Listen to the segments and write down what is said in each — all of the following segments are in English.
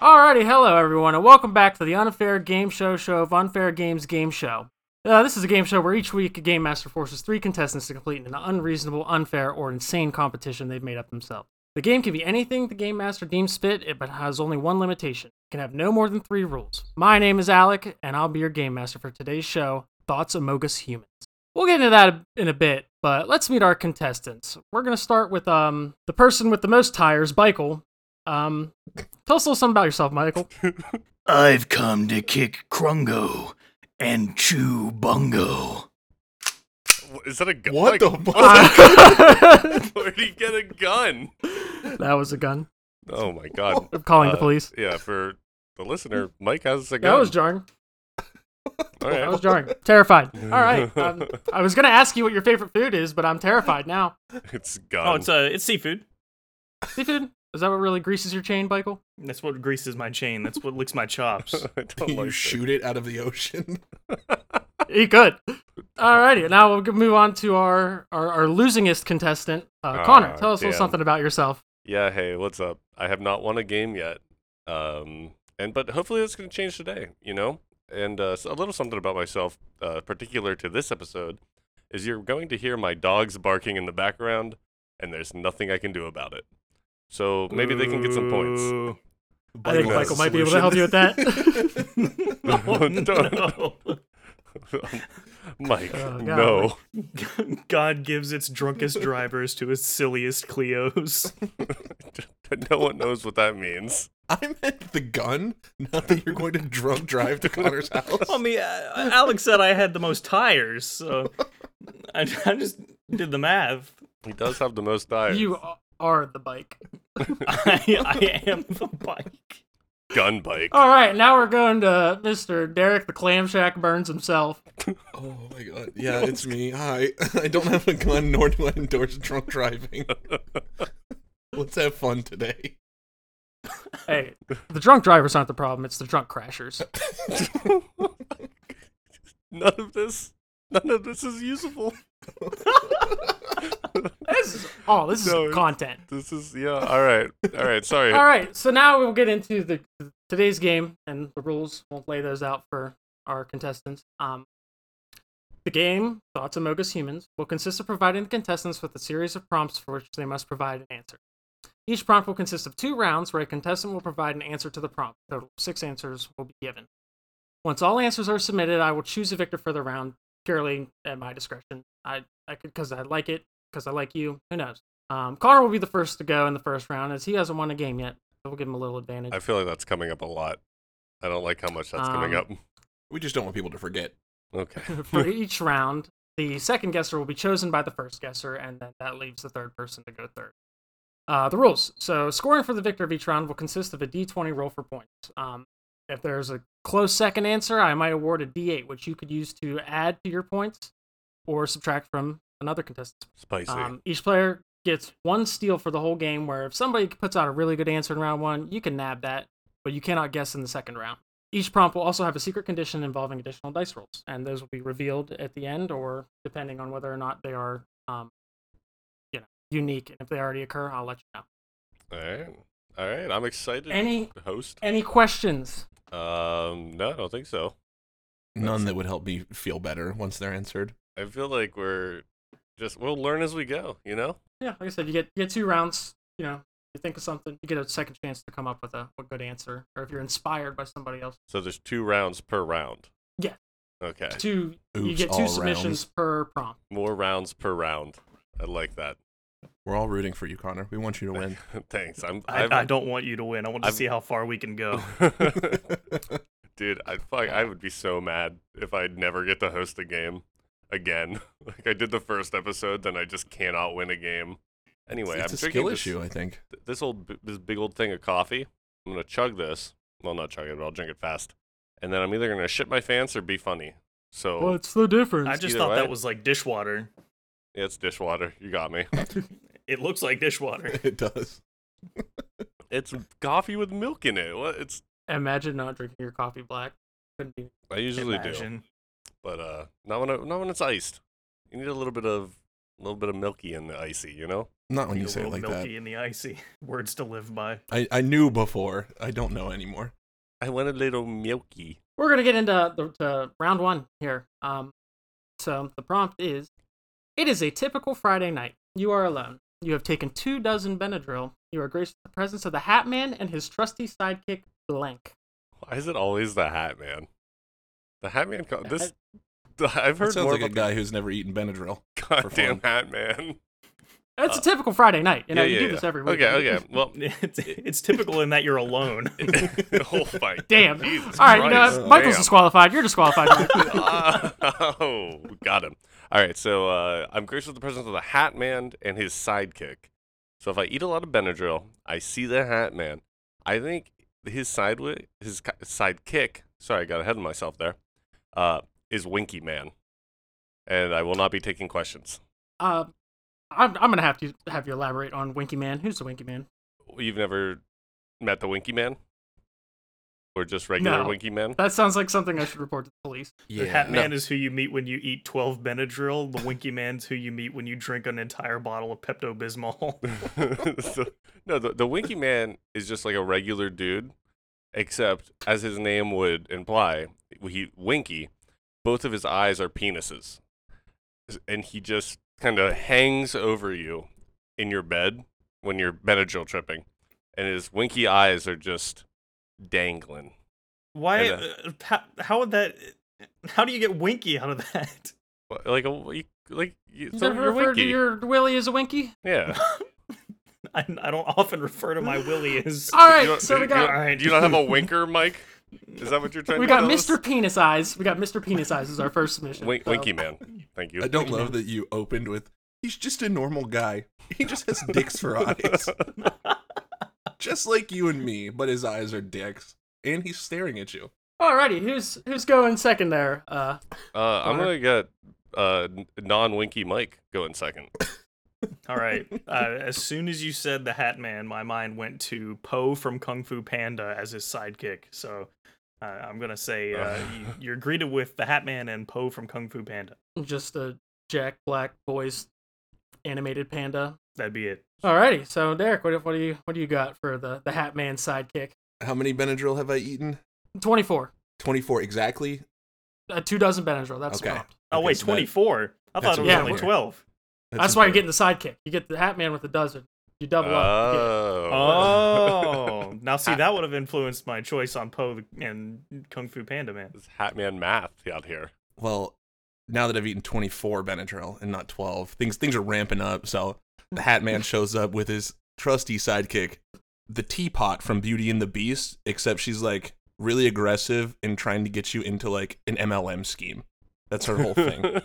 Alrighty, hello everyone, and welcome back to the Unfair Game Show show of Unfair Games Game Show. Uh, this is a game show where each week a game master forces three contestants to complete an unreasonable, unfair, or insane competition they've made up themselves. The game can be anything the game master deems fit, it- but has only one limitation: it can have no more than three rules. My name is Alec, and I'll be your game master for today's show, Thoughts Amogus Humans. We'll get into that in a bit, but let's meet our contestants. We're gonna start with um the person with the most tires, Michael. Um, tell us a little something about yourself, Michael. I've come to kick Krungo and chew Bungo. Wh- Is that a gun? What Like, the Uh, fuck? that Where did he get a gun? was a gun. Oh my god. I'm calling the Uh, police. Yeah, for the listener, Mike has a gun. That was jarring. All That right. was jarring. Terrified. All right. Um, I was gonna ask you what your favorite food is, but I'm terrified now. it's Oh, gun. it's uh, it's seafood. Seafood? Is that what really greases your chain, Michael? That's what greases my chain. That's what licks my chops. I don't you like that. shoot it out of the ocean. Eat good. Alrighty. Now we'll g- move on to our our, our losingest contestant, uh, Ah, Connor. Tell us a damn. little something about yourself. Yeah, hey, what's up? I have not won a game yet. Um and but hopefully that's gonna change today, you know? And uh, s- a little something about myself, uh, particular to this episode, is you're going to hear my dogs barking in the background, and there's nothing I can do about it. So maybe they can get some points. Ooh. I think Michael Michael has might be able to help you with that. Oh, no. Mike, Oh, God. no. God gives its drunkest drivers to its silliest Cleos. no one knows what that means. I meant the gun, not that you're going to drunk drive to Connor's house. Um, I mean, uh, Alex said I had the most tires, so I, I just did the math. He does have the most tires. you a- are the bike. I, I am the bike. gun bike. All right. Now we're going to Mr. Derek the Clam Shack Burns himself. Oh my god. Yeah, it's me. Hi. I don't have a gun, nor do I endorse drunk driving. Let's have fun today. Hey, the drunk drivers aren't the problem. It's the drunk crashers. None of this. None of this is usable. This is oh, this is No, it's- content. This is yeah. All right. All right. Sorry. All right, so now we'll get into the today's game and the rules. We'll lay those out for our contestants. Um, the game Thoughts Amogus Humans will consist of providing the contestants with a series of prompts for which they must provide an answer. Each prompt will consist of two rounds where a contestant will provide an answer to the prompt. A total of six answers will be given. Once all answers are submitted, I will choose a victor for the round purely at my discretion. I, I could because I like it, because I like you. Who knows? Um, Connor will be the first to go in the first round as he hasn't won a game yet. So we'll give him a little advantage. I feel like that's coming up a lot. I don't like how much that's coming up. Um, We just don't want people to forget. for Okay. each round, the second guesser will be chosen by the first guesser, and then that leaves the third person to go third. Uh, the rules. So, scoring for the victor of each round will consist of a d20 roll for points. Um, if there's a close second answer, I might award a d8, which you could use to add to your points or subtract from another contestant's. Spicy. Um, each player gets one steal for the whole game, where if somebody puts out a really good answer in round one, you can nab that, but you cannot guess in the second round. Each prompt will also have a secret condition involving additional dice rolls, and those will be revealed at the end, or depending on whether or not they are, um, you know, unique. And if they already occur, I'll let you know. All right. All right. I'm excited. Any host? any questions? Um. No, I don't think so. None that would help me feel better once they're answered. I feel like we're just we'll learn as we go. You know. Yeah, like I said, you get you get two rounds. You know, you think of something, you get a second chance to come up with a, a good answer, or if you're inspired by somebody else, So there's two rounds per round. Yeah. Okay. two you Oops, get all two rounds. submissions per prompt. More rounds per round. I like that. We're all rooting for you, Connor. We want you to win. Thanks. I'm. I, I've- I don't want you to win. I want to I've- see how far we can go. Dude, I fuck. I would be so mad if I never get to host a game again. Like I did the first episode, then I just cannot win a game. Anyway, it's I'm a drinking skill this, issue, I think. This old, b- this big old thing of coffee. I'm gonna chug this. Well, not chug it, but I'll drink it fast. And then I'm either gonna shit my pants or be funny. So What's the difference? I just Either thought way. that was like dishwater. yeah, it's dishwater. You got me. It looks like dishwater. It does. it's coffee with milk in it. What? It's Imagine not drinking your coffee black. Couldn't be. I usually do. Imagine. but uh, not when it, not when it's iced. You need a little bit of a little bit of milky in the icy, you know. Not when Like you a say it little like milky in the icy. Words to live by. that. I, I knew before. I don't know anymore. I want a little milky. We're gonna get into the, the round one here. Um, so the prompt is: It is a typical Friday night. You are alone. You have taken two dozen Benadryl. You are graced with the presence of the Hat Man and his trusty sidekick Blank. Why is it always the Hat Man? The Hat Man. Co- this I've That heard sounds more like a about the guy who's never eaten Benadryl. goddamn fun. Hat Man. It's Uh, a typical Friday night. You know, yeah, you yeah, do yeah. this every week. Okay, okay. Well, It's, it's typical in that you're alone. whole fight. Damn. oh Jesus All right, you know, Christ. what? Michael's Damn. disqualified. You're disqualified. Mike. oh, got him. All right, so uh, I'm gracious with the presence of the Hat Man and his sidekick. So if I eat a lot of Benadryl, I see the Hat Man. I think his side his ki- sidekick. Sorry, I got ahead of myself there. Uh, is Winky Man, and I will not be taking questions. uh, I'm, I'm gonna have to have you elaborate on Winky Man. Who's the Winky Man? You've never met the Winky Man, or just regular No. Winky Man? That sounds like something I should report to the police. The Hat No. Man is who you meet when you eat 12 Benadryl. The Winky Man's who you meet when you drink an entire bottle of Pepto Bismol. so, no, the, the Winky Man is just like a regular dude, except as his name would imply, he Winky. Both of his eyes are penises, and he just kind of hangs over you in your bed when you're Benadryl tripping, and his Winky eyes are just dangling. Why? And, Uh, pa- how would that? How do you get Winky out of that? Like a like You you, so never you're referred Winky. to your Willy as a Winky? yeah. I, I don't often refer to my Willy as. All You right, don't- so we you don't- got Do you not have a winker, Mike? Is that what you're trying we to got tell us? Mr. Penis Eyes. We got Mr. Penis Eyes as our first submission. Wink, so- Winky Man. Thank you. I don't love that you opened with he's just a normal guy. He just has dicks for eyes. just like you and me, but his eyes are dicks. And he's staring at you. Alrighty, who's who's going second there? Uh, Uh, I'm Or- gonna get uh, non Winky Mike going second. All right. Uh, as soon as you said the Hat Man, my mind went to Poe from Kung Fu Panda as his sidekick. So uh, I'm gonna say uh, you, you're greeted with the Hat Man and Poe from Kung Fu Panda. just a Jack Black voiced animated panda. That'd be it. Alrighty, so Derek, what, what do you what do you got for the the Hat Man sidekick? How many Benadryl have I eaten? Twenty four, 24 exactly. uh, two dozen Benadryl. That's the Okay. prompt. Oh Okay, wait, so that- 24. I that's thought it was a only winner. 12. That's, why you're getting the sidekick. You get the Hat Man with a dozen. You double up. you get- Oh. Oh, now see that would have influenced my choice on Poe and Kung Fu Panda Man. It's Hatman math out here. Well, now that I've eaten 24 Benadryl and not 12, things things are ramping up. So the Hat Man shows up with his trusty sidekick, the teapot from Beauty and the Beast, except she's like really aggressive and trying to get you into like an MLM scheme. That's her whole thing.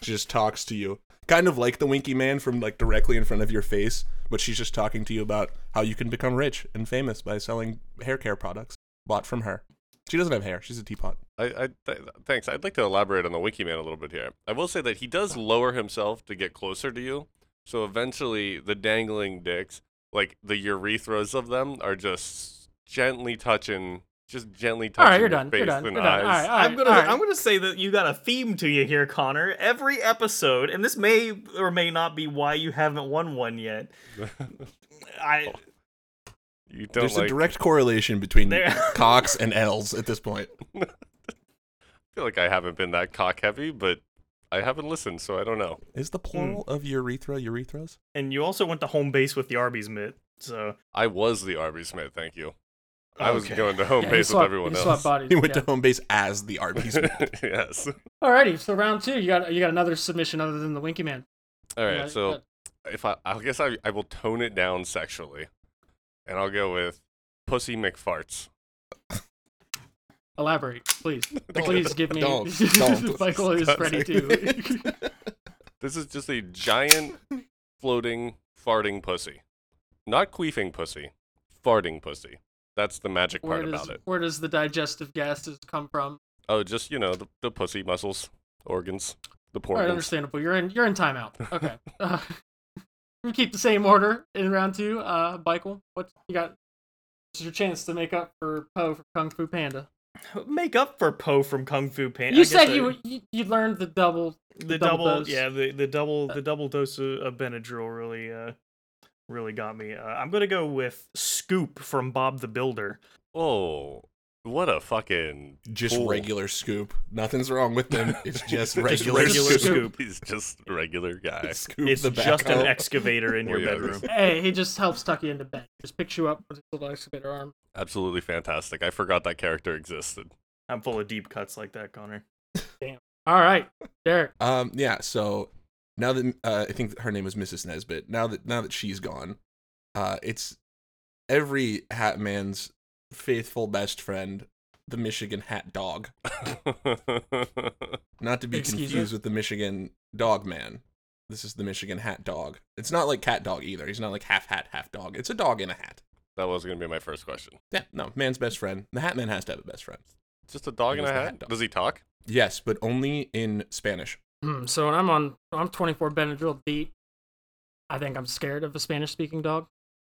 she just talks to you, kind of like the Winky Man from like directly in front of your face, but she's just talking to you about how you can become rich and famous by selling hair care products bought from her. She doesn't have hair. She's a teapot. I, I th- thanks. I'd like to elaborate on the Winky Man a little bit here. I will say that he does lower himself to get closer to you, so eventually the dangling dicks, like the urethras of them, are just gently touching, just gently Uh, touching All right, you're your done. face You're done. You're and done. eyes. All right, all I'm right, gonna all right. I'm gonna say that you got a theme to you here, Connor. Every episode, and this may or may not be why you haven't won one yet. I You don't There's like. a direct correlation between There- cocks and L's at this point. I feel like I haven't been that cock heavy, but I haven't listened, so I don't know. Is Hmm. the plural of urethra urethras? and you also went to home base with the Arby's mitt. So I was the Arby's Smith, thank you. I was Okay. going to home Yeah, you base swap- with everyone you swap else. bodies, He went yeah. to home base as the Arby's. yes. Alrighty, so round two, you got you got another submission other than the Winky Man. All right. Yeah, so yeah. if I, I guess I, I will tone it down sexually, and I'll go with Pussy McFarts. Elaborate, please. Don't. please give me. Don't. Don't. Michael is ready to. This is just a giant floating farting pussy, not queefing pussy, farting pussy. That's the magic where part does about it. where does the digestive gases come from? Oh, just you know the, the pussy muscles, organs, the All right, portals. understandable. You're in you're in timeout. Okay. Uh, we keep the same order in round two. Uh, Michael, what you got? This is your chance to make up for Poe from Kung Fu Panda. make up for Poe from Kung Fu Panda. You I guess said I- you, you you learned the double. the double double, Uh dose. yeah the, the double the double dose of, of Benadryl really uh really got me. Uh, I'm gonna go with Scoop from Bob the Builder. oh, What a fucking Just Cool. regular scoop. Nothing's wrong with them. It's just regular, regular scoop. scoop. He's just a regular guy. Scoop It's the Oh, just an backhoe. excavator in your Well, yeah, bedroom. Hey, he just helps tuck you into bed. Just picks you up with his little excavator arm. Absolutely fantastic. I forgot that character existed. I'm full of deep cuts like that, Connor. All right, Derek. Um, yeah. So now that uh, I think her name was Mrs. Nesbit. Now that now that she's gone, uh, it's every Hat Man's faithful best friend, the Michigan Hat Dog. Not to be Excuse me? confused with the Michigan Dog Man. This is the Michigan Hat Dog. It's not like Cat Dog either. He's not like half hat, half dog. It's a dog in a hat. that was going to be my first question. Yeah, no, man's best friend. The Hat Man has to have a best friend. Just a dog He in a was the hat? hat dog. Does he talk? Yes, but only in Spanish. Hmm, so when I'm on, I'm 24 Benadryl deep. I think I'm scared of a Spanish-speaking dog.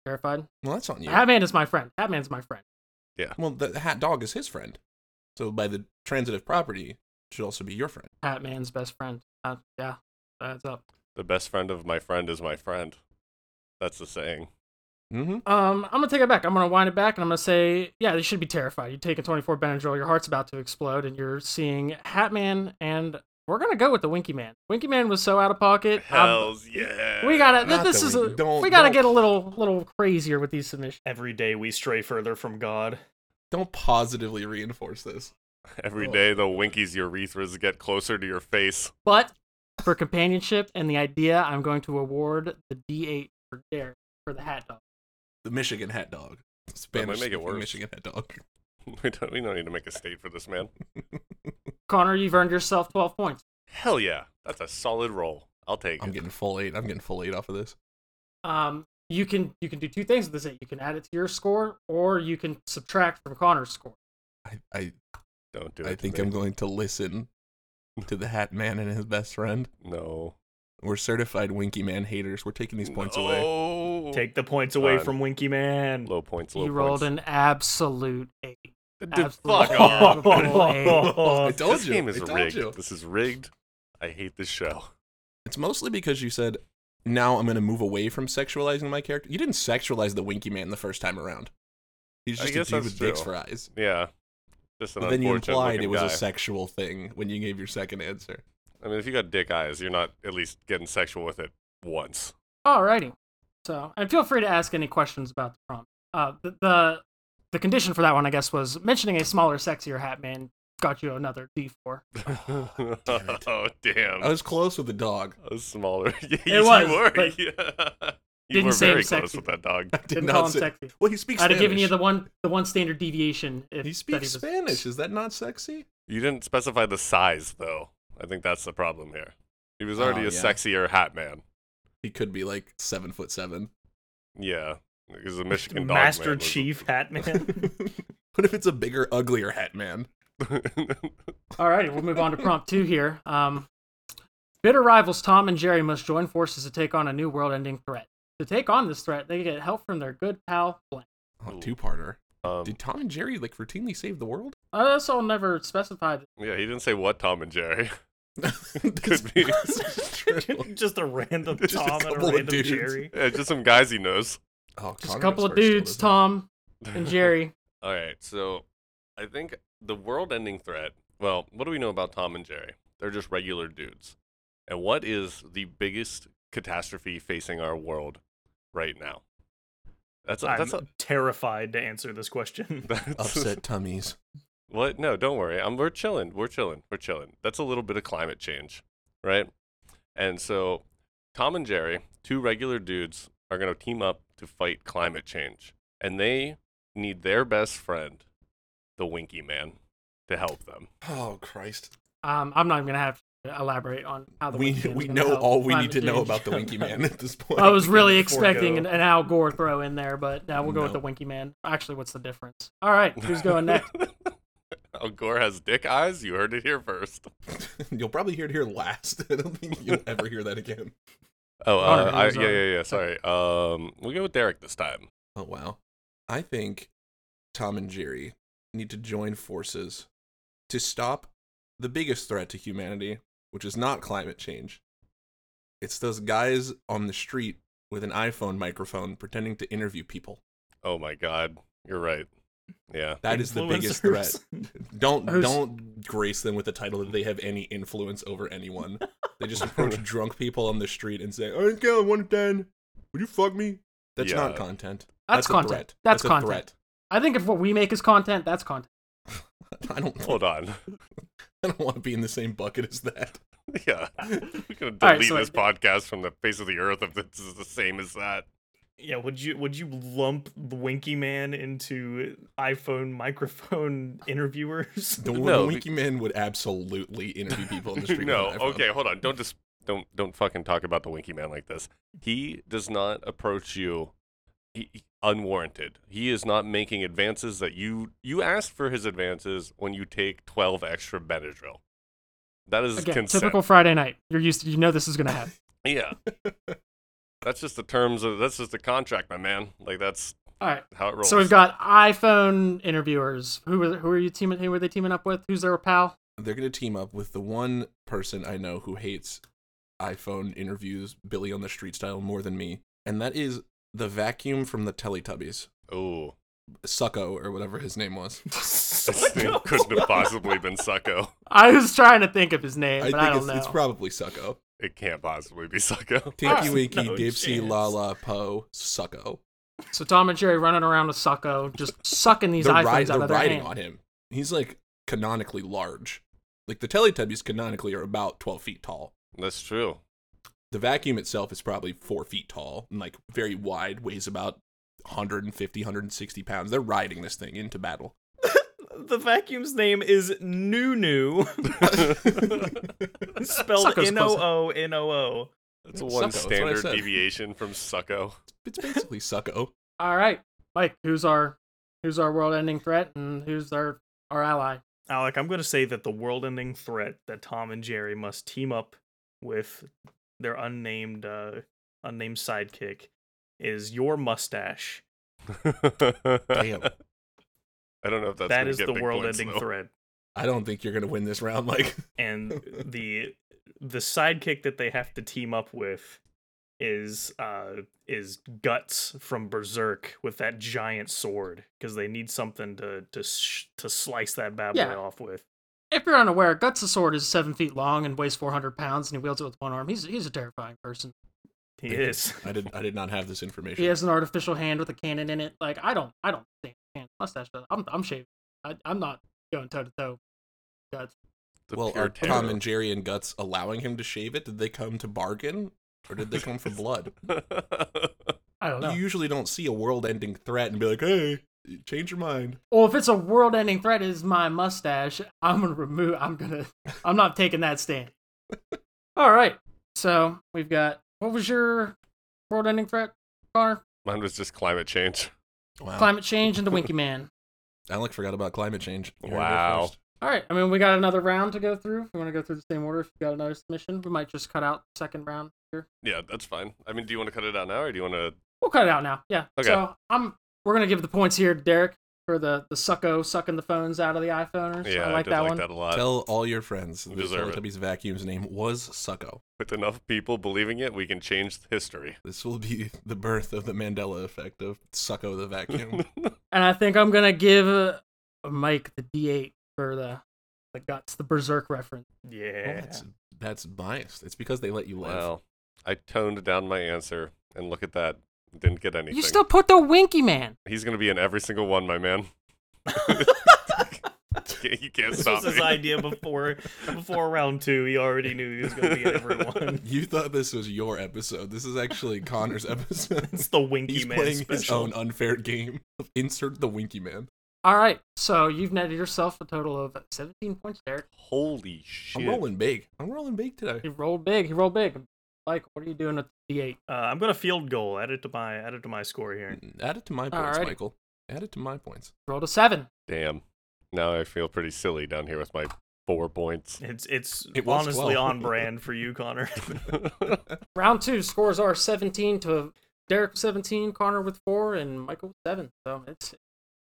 Terrified. Well, that's on you. Hatman is my friend. Hatman's my friend. Well, the the hat dog is his friend. So by the transitive property, should also be your friend. Hatman's best friend. Uh, yeah, that's up. The best friend of my friend is my friend. That's the saying. Mm-hmm. Um, I'm gonna take it back. I'm gonna wind it back, and I'm gonna say, yeah, they should be terrified. You take a 24 Benadryl, your heart's about to explode, and you're seeing Hatman, and we're gonna go with the Winky Man. Winky Man was so out of pocket. I'm- Hells yeah. um, we gotta. Not this the is Winky- a, don't- we gotta don't- get a little little crazier with these submissions. Every day we stray further from God. Don't positively reinforce this. Every day the Winkies urethras get closer to your face. But for companionship and the idea, I'm going to award the D8 for Derek for the Hat Dog. The Michigan hat dog. That might Spanish make it worse. Michigan hat dog. We don't, we don't need to make a state for this man. Connor, you've earned yourself 12 points. Hell yeah. That's a solid roll. I'll take I'm it. getting full eight. I'm getting full eight off of this. Um, you can you can do two things with this eight. You can add it to your score, or you can subtract from Connor's score. I I, Don't do it. I to think me. I'm going to listen to the Hat Man and his best friend. No. We're certified Winky Man haters. We're taking these points away. Oh No. Take the points away Fine. from Winky Man. low points. Low He points. rolled an absolute eight. Dude, Absolute fuck Oh. off. terrible eight. I told this you. game is I told rigged. you. This is rigged. I hate this show. It's mostly because you said now I'm going to move away from sexualizing my character. You didn't sexualize the Winky Man the first time around. He's I just a guess dude that's with dicks true. for eyes. Yeah. Just an But then you unfortunate implied looking it was guy. a sexual thing when you gave your second answer. I mean, if you got dick eyes, you're not at least getting sexual with it once. Alrighty. So, and feel free to ask any questions about the prompt. Uh, the, the the condition for that one, I guess, was mentioning a smaller, sexier hat man got you another D4. it. oh damn! I was close with the dog. I was smaller. yeah, It you was, were. but- yeah. You Didn't were say very I'm close sexy. with that dog. I did Didn't not call him say- sexy. Well, he speaks. I'd have Spanish. given you the one the one standard deviation. If He that speaks was- Spanish. Is that not sexy? You didn't specify the size, though. I think that's the problem here. He was already Oh, a yeah. sexier hat man. He could be like seven foot seven. Yeah, because the Michigan dog Master man was- Chief Hat Man. what if it's a bigger, uglier hat man? Alrighty, we'll move on to prompt two here. Um, bitter rivals Tom and Jerry must join forces to take on a new world-ending threat. To take on this threat, they get help from their good pal Blank. Oh, Ooh. two parter. um, Did Tom and Jerry like routinely save the world? Uh, that's all never specified. yeah, he didn't say what Tom and Jerry. This- be. this is true. just a random Just a Tom and a couple of random dudes. Jerry. Yeah, just some guys he knows. Oh, Just a Connor couple of Maxwell still dudes, doesn't- Tom and Jerry. All right, so I think the world-ending threat. Well, what do we know about Tom and Jerry? They're just regular dudes. And what is the biggest catastrophe facing our world right now? That's a, I'm that's a, terrified to answer this question. that's Upset tummies. What? No, don't worry. i we're chilling. We're chilling. We're chilling. That's a little bit of climate change, right? And so, Tom and Jerry, two regular dudes, are going to team up to fight climate change, and they need their best friend, the Winky Man, to help them. Oh Christ! Um, I'm not even gonna have to elaborate on how the We Winky Man's we gonna know help all we climate need to know change. about the Winky Man at this point. I was can really forego. expecting an, an Al Gore throw in there, but now we'll go with No. the Winky Man. Actually, what's the difference? All right, who's going next? Al Oh, Gore has dick eyes. You heard it here first. You'll probably hear it here last. I don't think you'll ever hear that again. Oh, Connor, uh, I, who's yeah, on? yeah, yeah. Sorry. Um, we'll go with Derek this time. Oh wow! I think Tom and Jerry need to join forces to stop the biggest threat to humanity, which is not climate change. It's those guys on the street with an iPhone microphone pretending to interview people. Oh my God, you're right. Yeah. That is the biggest threat. Influencers. Don't I was- don't grace them with the title that they have any influence over anyone. They just approach drunk people on the street and say, "I'm going one ten. Would you fuck me?" That's Yeah. not content. That's a content. threat. That's a content. I think if what we make is content, that's content. threat. I don't. Hold on. I don't want to be in the same bucket as that. Yeah. We're going to delete All right, so this I- podcast from the face of the earth if this is the same as that. Yeah, would you would you lump the Winky Man into iPhone microphone interviewers? The No, be- Winky Man would absolutely interview people in the street. no, with an iPhone. okay, hold on. Don't just don't don't fucking talk about the Winky Man like this. He does not approach you he, he- unwarranted. He is not making advances that you you asked for his advances when you take twelve extra Benadryl. That is Again, consent. typical Friday night. You're used to, you know this is going to happen. Yeah, that's just the terms of that's just the contract, my man. Like that's All right. how it rolls. So we've got iPhone interviewers. Who were who are you teaming? Who were they teaming up with? Who's their pal? They're gonna team up with the one person I know who hates iPhone interviews, Billy on the street style, more than me, and that is the vacuum from the Teletubbies, Ooh, Sucko or whatever his name was. this thing couldn't have possibly been Succo. I was trying to think of his name, I but I, think don't it's, know. it's probably Sucko. It can't possibly be Succo. Tinky Ah, Winky, no Dipsy, chance. Lala, Poe, Sucko. so Tom and Jerry running around with Succo, just sucking these They're, iPhones ri- out they're of their riding hand. on him. He's like canonically large. Like the Teletubbies canonically are about 12 feet tall. That's true. The vacuum itself is probably four feet tall and like very wide, weighs about 150, 160 pounds. They're riding this thing into battle. the vacuum's name is Nunu, spelled Sucker's N O O N O O. That's Yeah, one Succo, that's what I standard said. deviation from Succo. It's basically Sucko. All right, Mike. Who's our who's our world-ending threat, and who's our our ally? Alec, I'm going to say that the world-ending threat that Tom and Jerry must team up with their unnamed uh, unnamed sidekick is your mustache. Damn. I don't know if that's that gonna is get the big world-ending points, though. threat, I don't think you're going to win this round, Mike. and the the sidekick that they have to team up with is uh is guts from berserk with that giant sword because they need something to to sh- to slice that bad boy Yeah. off with If you're unaware, Guts the Sword is seven feet long and weighs 400 pounds, and he wields it with one arm. He's he's a terrifying person. he Thank you. is I did. I did not have this information. He has an artificial hand with a cannon in it. Like I don't I don't stand a cannon mustache. but I'm I'm shaving. I, I'm not going toe to toe. Guts. The well, pure are terror. Tom and Jerry and Guts allowing him to shave it? Did they come to bargain, or did they come for blood? I don't know. You usually don't see a world-ending threat and be like, "Hey, change your mind." Well, if it's a world-ending threat, is my mustache. I'm gonna remove. I'm gonna. I'm not taking that stand. All right. So we've got. What was your world-ending threat, Connor? Mine was just climate change. Wow. Climate change and the Winky Man. Alec forgot about climate change. You heard it Wow. first. All right. I mean, we got another round to go through. If you want to go through the same order, if you got another submission, we might just cut out the second round here. Yeah, that's fine. I mean, do you want to cut it out now, or do you want to? We'll cut it out now. Yeah. Okay. So I'm. We're gonna give the points here to Derek for the the sucko sucking the phones out of the iPhone. Yeah, I like did that like one. that a lot. Tell all your friends the You deserve it. Teletubbies vacuum's name was Sucko. With enough people believing it, we can change history. This will be the birth of the Mandela effect of Sucko the vacuum. And I think I'm gonna give uh, Mike the D8 for the the guts, the berserk reference. Well, yeah that's that's biased. It's because they let you live. Well, I toned down my answer, and look at that. Didn't get anything. You still put the Winky Man. He's gonna be in every single one, my man. you can't this stop was me. his idea before before round two he already knew he was going to be in everyone You thought this was your episode. This is actually Connor's episode. it's the winky He's man playing special his own unfair game. of Insert the Winky Man. All right, so you've netted yourself a total of 17 points, Derek. Holy shit! I'm rolling big. I'm rolling big today. He rolled big. He rolled big. Mike, what are you doing with the D8? uh, i'm going to field goal add it to my add it to my score here Mm, Add it to my points, Alrighty. Michael. Add it to my points. Rolled a seven. Damn. Now I feel pretty silly down here with my four points. it's it's Mm. It was honestly 12. on brand for you connor Round two scores are 17 to Derek with 17, Connor with four, and Michael with seven. So it's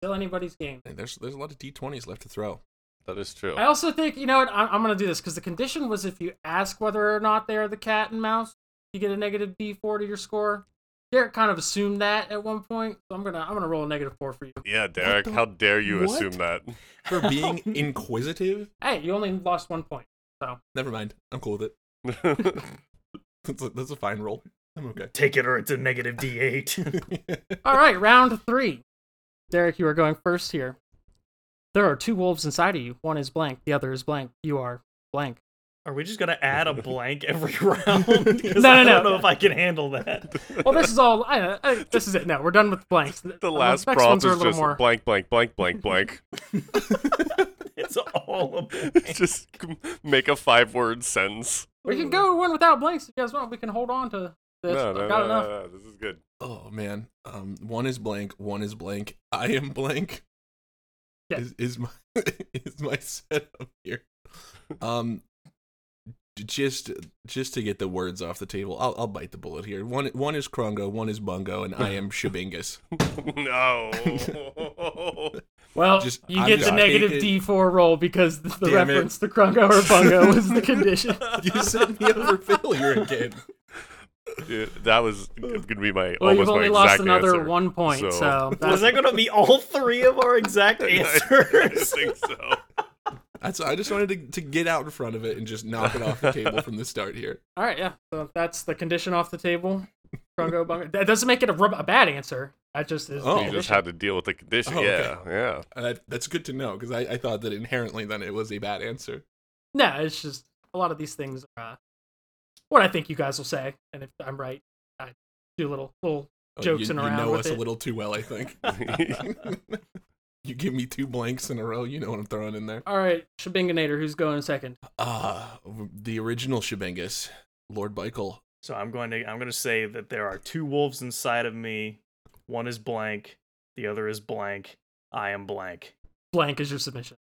still anybody's game. And there's there's a lot of D20s left to throw. that is true. I also think you know what I'm, I'm gonna do this because the condition was if you ask whether or not they are the cat and mouse, you get a negative D4 to your score. Derek kind of assumed that at one point, so I'm gonna I'm gonna roll a negative four for you. Yeah, Derek, the- how dare you What? assume that? For being inquisitive? Hey, you only lost one point. Never mind. I'm cool with it. That's a, that's a fine roll. I'm okay. Take it or it's a negative D8. All right, round three. Derek, you are going first here. There are two wolves inside of you. One is blank. The other is blank. You are blank. Are we just gonna add a blank every round? 'Cause No, no, I don't no. know if I can handle that. Well, this is all. I, I, this is it. No, we're done with blanks. the last next ones prompt are a is little just more- blank, blank, blank, blank, blank. It's all a blank. just c- make a five-word sentence. We can go one without blanks if you guys want. We can hold on to this. no, I've no, got no, enough. no, no, this is good. oh man. Um, one is blank. One is blank. I am blank. Yeah. Is is my is my setup here? Um, j- just just to get the words off the table, I'll I'll bite the bullet here. One one is Krongo. One is Bungo, and I am Shabingus. no. Well, Just- you I'm get just the negative thinking- D4 roll because the the Damn it. reference to Krungo or Bungo was the condition. you set me up for failure again. Dude, that was going to be my Well, almost you've my only lost exact another answer. one point, so, so- Was that's, that gonna be all three of our exact I answers? think so. That's I just wanted to, to get out in front of it and just knock it off the table from the start here. all right. Yeah, so that's the condition off the table. Krungo, Bungo. That doesn't make it a, rub- a bad answer. That just is. the Oh. You just condition. had to deal with the condition. Oh, yeah, okay. yeah. Uh, that's good to know because I, I thought that inherently then it was a bad answer. No, it's just a lot of these things are uh, what I think you guys will say, and if I'm right, I do little little. Oh, Jokes you, and you around know with us it. a little too well, I think. you give me two blanks in a row, you know what I'm throwing in there. All right, Shabinganator, who's going second? Ah, the original Shabengus, Lord Michael. So I'm going to I'm going to say that there are two wolves inside of me. One is blank, the other is blank. I am blank. Blank is your submission.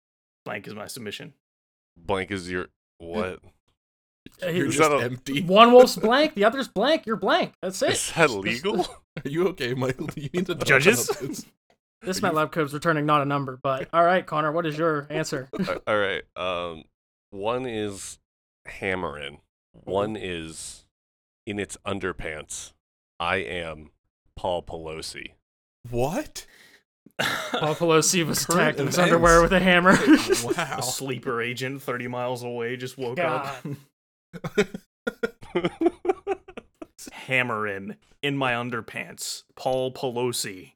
Blank is my submission. Blank is your what? Uh, You're here- Is just that a- empty. One wolf's blank, the other's blank. You're blank. That's it. Is that legal? Are you okay, Michael? You need to talk Judges? about this. This Matlab code's returning not a number, but all right, Connor, what is your answer? A- All right. Um, one is hammering. One is in its underpants. I am Paul Pelosi. What? Paul Pelosi was Current attacked in his events. underwear with a hammer. Wow. A sleeper agent 30 miles away just woke up. Hammering in my underpants. Paul Pelosi.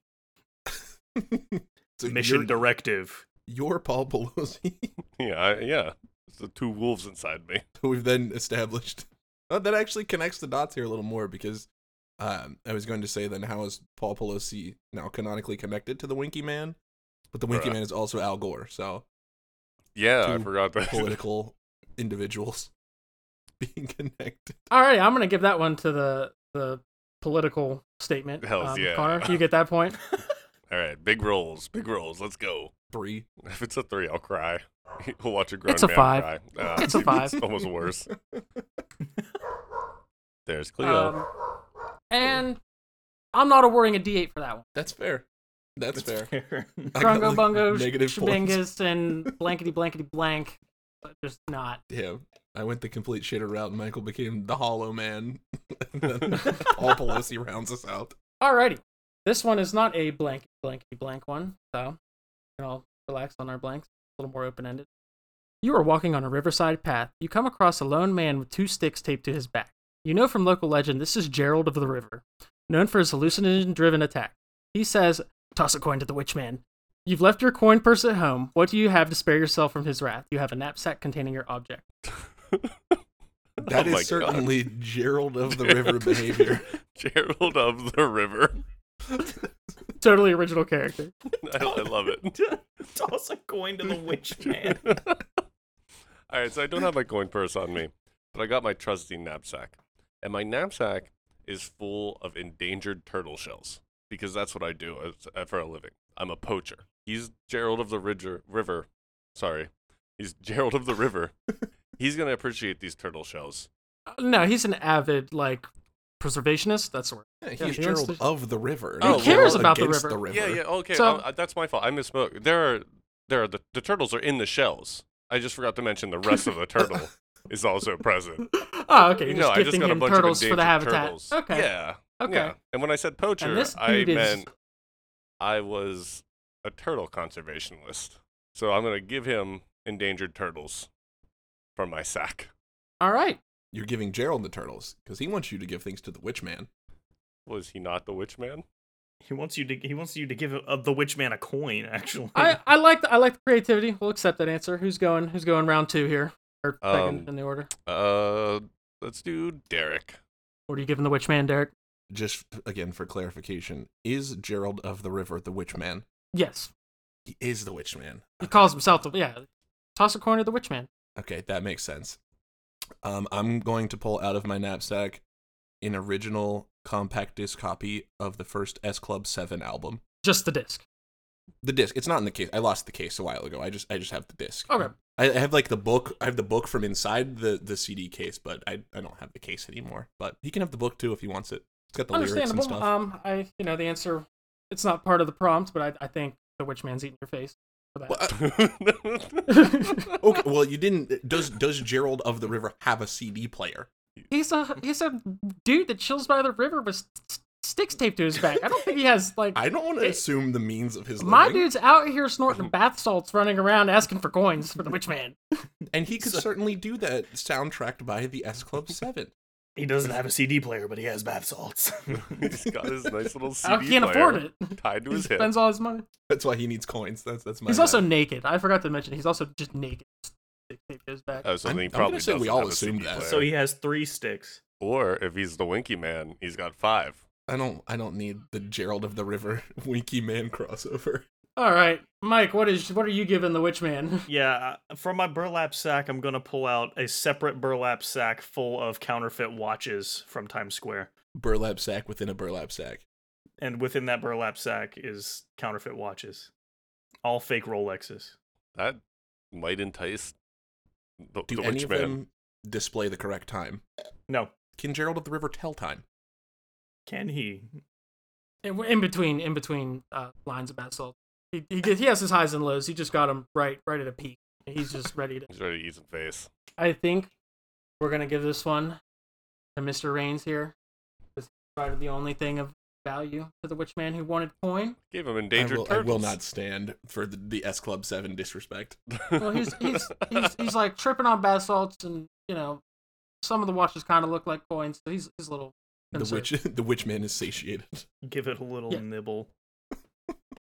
So Mission you're, directive. you're Paul Pelosi. yeah, I, yeah. It's the two wolves inside me. So we've then established. Oh, that actually connects the dots here a little more because um, I was going to say then how is Paul Pelosi now canonically connected to the Winky Man? But the Winky Bruh. Man is also Al Gore, so Yeah, I Two forgot that. political individuals being connected. all right, I'm gonna give that one to the the political statement. Um, Hells yeah. Connor, you get that point. All right, big rolls, big rolls. Let's go. Three. If it's a three, I'll cry. I'll watch a grown It's a man five. cry. Ah, It's a five. almost worse. There's Cleo. Um, and I'm not awarding a D8 for that one. That's fair. That's, fair. I got, Grungo like, bungo, negative points. shabangas, and blankety blankety blank. But just not. Yeah, I went the complete shitter route, and Michael became the Hollow Man. and then Paul Pelosi rounds us out. Alrighty. This one is not a blank blankety blank one, so we can all relax on our blanks. A little more open ended. You are walking on a riverside path. You come across a lone man with two sticks taped to his back. You know from local legend this is Gerald of the River, known for his hallucinogen driven attack. He says, Toss a coin to the witch man. You've left your coin purse at home. What do you have to spare yourself from his wrath? You have a knapsack containing your object. Oh That is my God. certainly Gerald of the River behavior. Gerald of the River. Totally original character. I, I love it. Toss a coin to the witch man. All right, so I don't have my coin purse on me, but I got my trusty knapsack. And my knapsack is full of endangered turtle shells because that's what I do as, uh, for a living. I'm a poacher. He's Gerald of the Ridger, River. Sorry. He's Gerald of the River. He's going to appreciate these turtle shells. Uh, No, he's an avid, like, preservationist. That's the word. Yeah, Yeah, he's he wants Gerald to- of the river. Who not cares Gerald about the against river? Oh, Yeah, yeah, okay. So- uh, uh, that's my fault. I misspoke. There are, there are the, the turtles are in the shells. I just forgot to mention the rest of the turtle is also present. Oh, okay. You're no, just I just gifting got a him bunch turtles of for the endangered habitat. turtles. Okay. Yeah. Okay. Yeah. And when I said poacher, this I dude is- meant I was a turtle conservationist. So I'm going to give him endangered turtles from my sack. All right. You're giving Gerald the turtles because he wants you to give things to the witch man. Was he not the witch man? He wants you to he wants you to give uh, the witch man a coin. Actually, Hmm. I, I like the I like the creativity. We'll accept that answer. Who's going who's going round two here? Or second Um, in the order. Uh, let's do Derek. What are you giving the witch man, Derek? Just f- again for clarification, is Gerald of the River the witch man? Yes. He is the witch man. He calls himself the yeah. Toss a coin to the witch man. Okay, that makes sense. Um, I'm going to pull out of my knapsack an original compact disc copy of the first S Club Seven album. Just the disc. The disc. It's not in the case. I lost the case a while ago. I just I just have the disc. Okay. I I have like the book. I have the book from inside the the CD case, but I I don't have the case anymore. But he can have the book too if he wants it. It's got the lyrics and Understandable. stuff. Um I you know the answer it's not part of the prompt, but I, I think the witch man's eating your face for that. Well, I- Uh, okay, well you didn't. Does does Gerald of the River have a CD player? he's a he's a dude that chills by the river with s- sticks taped to his back. I don't think he has like I don't want to assume the means of his my living, dude's out here snorting bath salts, running around asking for coins for the witch man. and he could certainly do that. Soundtracked by the S Club Seven. he doesn't have a CD player, but he has bath salts. He's got his nice little CD I can't player afford it. tied to He his hip. spends all his money. That's why he needs coins. That's that's my. he's bad. also naked. I forgot to mention he's also just naked. Stick taped to his back. Oh, so I'm- then he I'm gonna probably say we doesn't all have a assumed CD that. player. so he has three sticks. Or if he's the Winky Man, he's got five. I don't I don't need the Gerald of the River Winky Man crossover. all right, Mike, what is what are you giving the witch man? Yeah, uh, from my burlap sack, I'm gonna pull out a separate burlap sack full of counterfeit watches from Times Square, Burlap sack within a burlap sack. and within that burlap sack is counterfeit watches, all fake Rolexes. That might entice the, Do the any Witch of Man. them display the correct time? No, Can Gerald of the River tell time? can he? And we're in between in between uh, lines of bath salt. He he, gets, he has his highs and lows. He just got him right right at a peak. He's just ready to He's ready to eat some face. I think we're gonna give this one to Mr. Rains here. This is probably the only thing of value to the witch man who wanted coin. Gave him I endangered will, I turtles. will not stand for the, the S Club Seven disrespect. Well, he's he's he's, he's like tripping on bath salts, and you know, some of the watches kind of look like coins. So he's he's a little. The concerned. witch the witch man is satiated. Give it a little Yeah. nibble.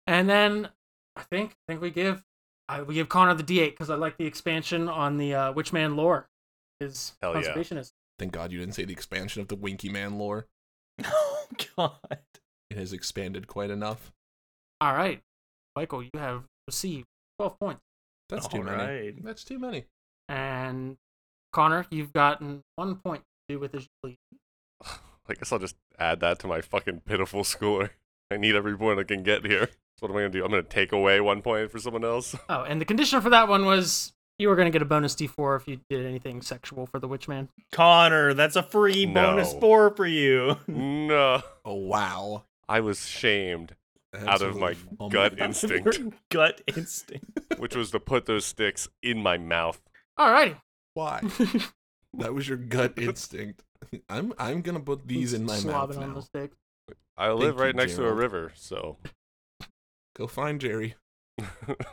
And then I think I think we give I, we give Connor the D8 because I like the expansion on the uh, witch man lore. His Hell yeah. conservationist. Thank God you didn't say the expansion of the Winky Man lore. Oh God! It has expanded quite enough. All right, Michael, you have received twelve points. That's too All many. right. That's too many. And Connor, you've gotten one point to do with his lead. I guess I'll just add that to my fucking pitiful score. I need every point I can get here. So what am I gonna do? I'm gonna take away one point for someone else. Oh, and the condition for that one was you were going to get a bonus D4 if you did anything sexual for the witch man. Connor, that's a free bonus No. four for you. no, Oh wow. I was shamed, Out of my Absolutely. Oh gut God. Instinct. Your gut instinct. which was to put those sticks in my mouth. All righty. Why? That was your gut instinct. I'm I'm gonna put these in my mouth Slobbing on now. the stick. I live Thank right you, next to a Gerald. river, so Go find Jerry.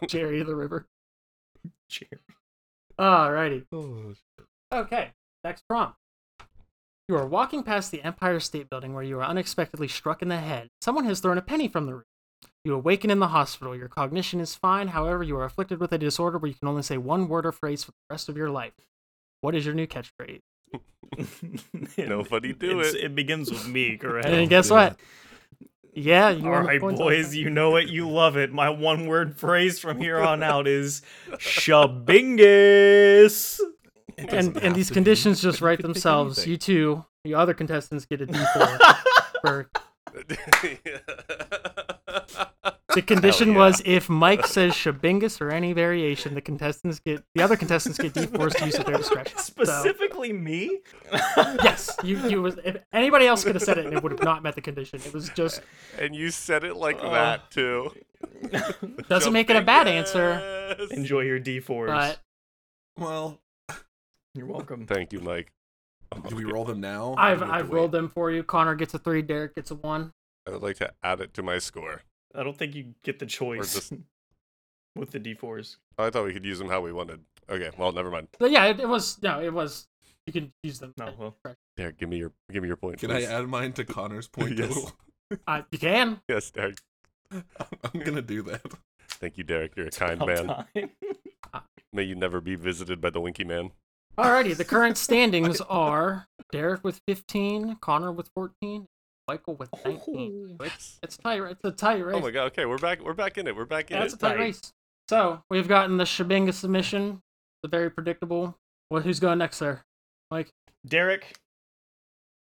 Jerry of the river. Cheer. All righty. Oh, Okay, next prompt. You are walking past the Empire State Building where you are unexpectedly struck in the head. Someone has thrown a penny from the roof. You awaken in the hospital. Your cognition is fine. However, you are afflicted with a disorder where you can only say one word or phrase for the rest of your life. What is your new catchphrase? Nobody do It's- it. It begins with me, correct? And guess what? Yeah, you All want the right, points boys, you know it, you love it. My one word phrase from here on out is shabingus. It doesn't and and have these to be. conditions just You write could pick themselves. anything. You two, you other contestants, get a D4 for the condition yeah. was if Mike says Shabingus or any variation, the contestants get the other contestants get D4s to use at their discretion. So, Specifically me? yes, you you was if anybody else could have said it and it would have not met the condition. It was just and you said it like Oh. that too. doesn't make it a bad answer, Yes. uh, Enjoy your D4s. but Well, You're welcome. Thank you, Mike. Do we roll them now? or I've do we have to I've wait? rolled them for you. Connor gets a three. Derek gets a one. I would like to add it to my score. I don't think you get the choice just- with the d4s. Oh, I thought we could use them how we wanted. Okay, well, never mind. But yeah, it, it was no, it was. You can use them. No, well, Derek, give me your give me your point. Can I please. add mine to Connor's point? Yes. total? Uh, you can. Yes, Derek. I'm gonna do that. Thank you, Derek. You're a kind man. about time. May you never be visited by the Winky Man. Alrighty, the current standings are Derek with 15, Connor with 14, Michael with 19. So It's, it's tight. It's a tight race. Oh my God. Okay, we're back. We're back in it. We're back in Yeah, it's a it. tight tight. race. So we've gotten the Shabinga submission, the very predictable. What? Who's going next, sir? Mike. Derek,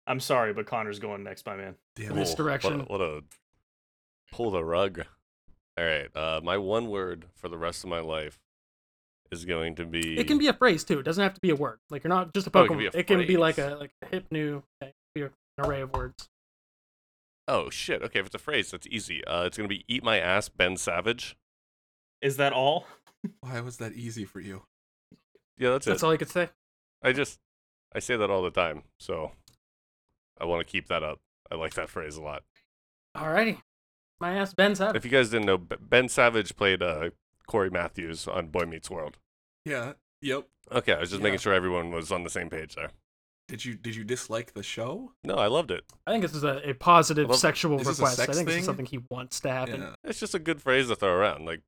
I'm sorry, but Connor's going next, my man. Damn Miss- it. Misdirection. What a, what a pull the rug. All right. Uh, my one word for the rest of my life is going to be. It can be a phrase too. It doesn't have to be a word. Like you're not just a Oh, Pokemon. it can be a phrase. like a like a hip new thing. Be an array of words. Oh shit. Okay, if it's a phrase, that's easy. Uh, it's gonna be "Eat my ass, Ben Savage." Is that all? Why was that easy for you? Yeah, that's, That's it. all you could say. I just I say that all the time, so I want to keep that up. I like that phrase a lot. Alrighty. My ass Ben Savage. If you guys didn't know, B- Ben Savage played uh, Corey Matthews on Boy Meets World. Yeah. Yep. Okay, I was just making Yeah. sure everyone was on the same page there. Did you did you dislike the show? No, I loved it. I think this is a, a positive I love- sexual is this a request. I sex think this thing? is something he wants to happen. Yeah. It's just a good phrase to throw around. Like,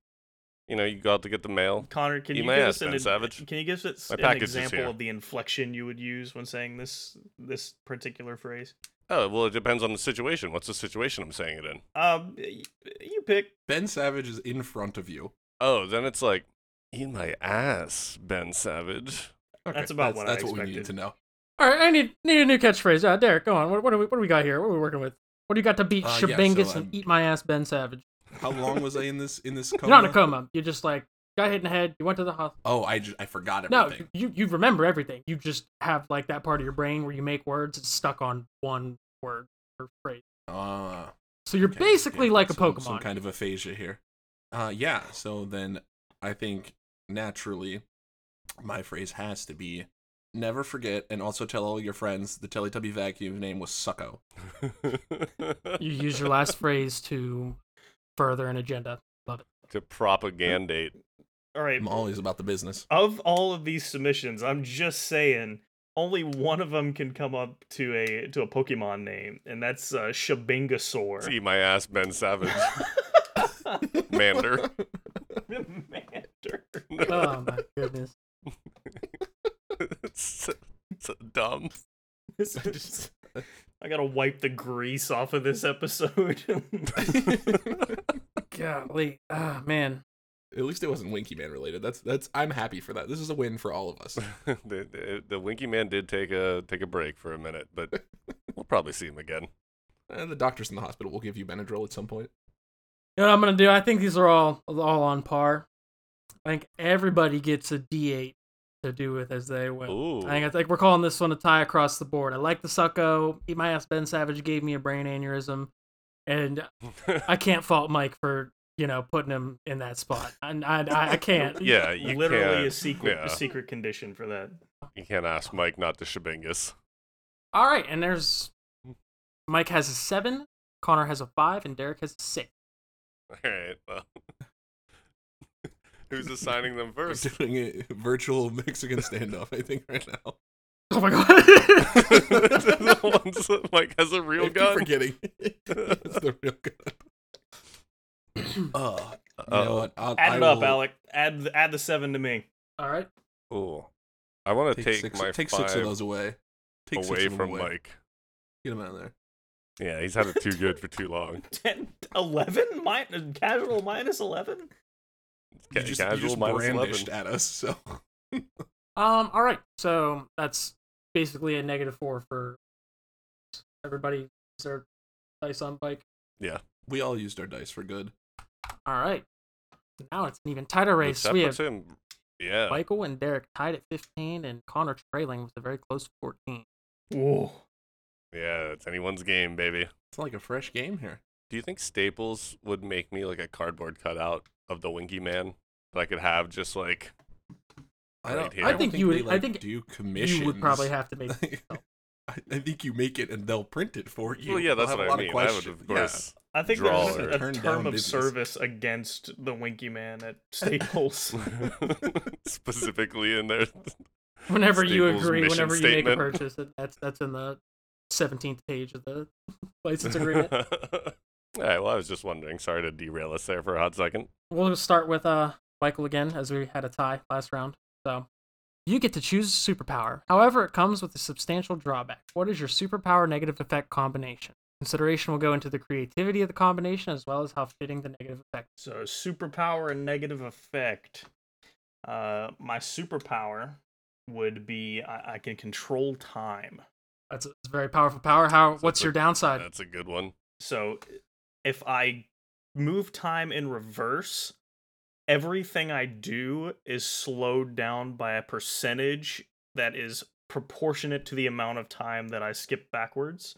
you know, you go out to get the mail. Connor, can Eat you my give ass, us an Ben ad- Savage. can you give us My an package is here. example of the inflection you would use when saying this this particular phrase? Oh, well, it depends on the situation. What's the situation I'm saying it in? Um, y- you pick. Ben Savage is in front of you. Oh, then it's like, eat my ass, Ben Savage. That's about that's, what I that's what we needed to expected. know. All right, I need need a new catchphrase. Uh, Derek, go on. What, what do we what do we got here? What are we working with? What do you got to beat Uh, yeah, Shabangus so, um, and eat my ass, Ben Savage? How long was I in this in this coma? You're not in a coma. You're just like got hit in the head. You went to the hospital. Oh, I, ju- I forgot No, everything. you you remember everything. You just have like that part of your brain where you make words. It's stuck on one word or phrase. Ah. So you're Okay, basically yeah, like a some- Pokemon. Some kind of aphasia here. Uh, yeah. So then, I think naturally, my phrase has to be never forget, and also tell all your friends the Teletubby vacuum's name was Sucko. You use your last phrase to further an agenda. to propagandate. All right. I'm always about the business. Of all of these submissions, I'm just saying only one of them can come up to a to a Pokemon name, and that's uh, Shabingasaur. Eat my ass, Ben Savage. Mander. Mander. Oh my goodness. it's so, so dumb. This is- I gotta wipe the grease off of this episode. Golly. Ah man. At least it wasn't Winky Man related. That's that's. I'm happy for that. This is a win for all of us. the, the, the Winky Man did take a take a break for a minute, but we'll probably see him again. And Uh, the doctors in the hospital will give you Benadryl at some point. You know what I'm gonna do? I think these are all all on par. I think everybody gets a D8 to do with as they will. Ooh. I think I think we're calling this one a tie across the board. I like the sucko. Eat my ass, Ben Savage gave me a brain aneurysm, and I can't fault Mike for you know putting him in that spot. And I, I, I can't. yeah, you Literally can't, a secret yeah, a secret condition for that. you can't ask Mike not to Shabingus. All right, and there's Mike has a seven, Connor has a five, and Derek has a six. All right. Well. Who's assigning them We're first? doing a virtual Mexican standoff, I think, right now. Oh my god. the ones that Mike has a I real keep gun. forgetting. it's the real gun. Oh, you know Uh, what? I'll, Add I it up, will- Alec. Add th- add the seven to me. All right. Ooh. I want to Take, take, six, my take five six of those away. Take six away of them from away. Mike. Get them out of there. Yeah, he's had it too good for too long. 10, 11? Min- casual minus 11? Ca- you just, casual you just minus brandished 11. at us, so Um. All right. So that's basically a negative four for everybody. Is there dice on Mike? we all used our dice for good. All right. Now it's an even tighter That race. We puts have him. Yeah. Michael and Derek tied at 15, and Connor trailing with a very close 14. Whoa. Yeah, it's anyone's game, baby. It's like a fresh game here. Do you think Staples would make me like a cardboard cutout of the Winky Man that I could have just like I Right don't. here. I, I don't think think you would- They, I like, think do commissions. You would probably have to make. have. I, I think you make it and they'll print it for you. Well, yeah, They'll that's have what a I lot mean. Of I would, questions. of course. I think Draw there's or a, turn down term of business. service against the Winky Man at Staples. Specifically in there. Whenever you Staples agree, mission whenever you make a statement. purchase, it- that's that's in the seventeenth page of the license agreement. All right. Well, I was just wondering. Sorry to derail us there for a hot second. we'll start with uh Michael again, as we had a tie last round. So you get to choose a superpower. However, it comes with a substantial drawback. What is your superpower negative effect combination? Consideration will go into the creativity of the combination as well as how fitting the negative effect. so superpower and negative effect. Uh, my superpower would be I, I can control time. That's a, it's a very powerful power. How? That's What's a- your downside? That's a good one. So if I move time in reverse, everything I do is slowed down by a percentage that is proportionate to the amount of time that I skip backwards.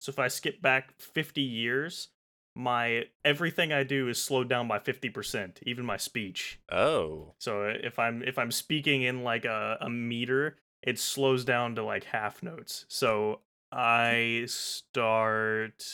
So if I skip back 50 years, my everything I do is slowed down by 50%, even my speech. Oh. So uh, if I'm if I'm speaking in like a, a meter, it slows down to like half notes. Hmm. So I start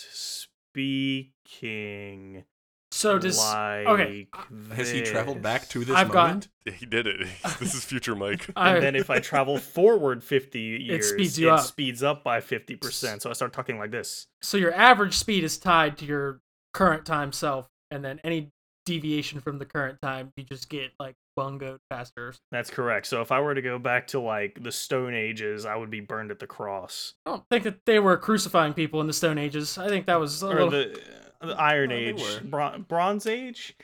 speaking So does like okay, uh, Has he traveled back to this I've got- moment? He did it. this is future Mike. I, and then if I travel forward 50 years, speeds you up. speeds up by 50%. So I start talking like this. so your average speed is tied to your current time self, and then any deviation from the current time, you just get like bungoed faster. That's correct. So if I were to go back to like the Stone Ages, I would be burned at the cross. I don't think that they were crucifying people in the Stone Ages. I think that was a or little. the, uh, the Iron Well, they Age, were. Bron- Bronze Age,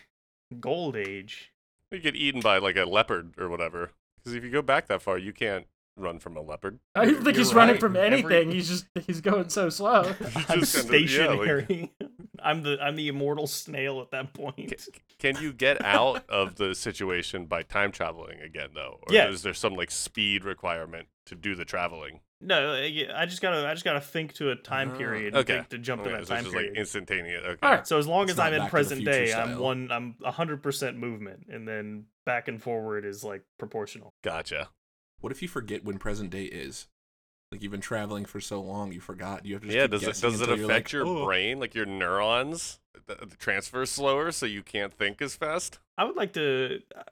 Gold Age. You get eaten by like a leopard or whatever. Because if you go back that far, you can't run from a leopard. I don't think you're he's running right. from Every- anything. He's just he's going so slow. You I'm just kinda- yeah, like, stationary. I'm the I'm the immortal snail at that point. can you get out of the situation by time traveling again, though? Or Yeah. is there some like speed requirement to do the traveling? No, uh, I I just gotta I just gotta think to a time Ah, period. and Uh, okay. Think to jump Okay, to that so it's time just period. Ah. like instantaneous. Okay. All right. so as long It's as not I'm in Back to the present Future day, I'm style. one I'm hundred percent movement, and then back and forward is like proportional. Gotcha. What if you forget when present day is? Like you've been traveling for so long, you forgot. You have to. Just yeah. keep Does it guessing does it until affect you're like, your "Oh." brain, like your neurons, th- th- transfer slower, so you can't think as fast? I would like to uh,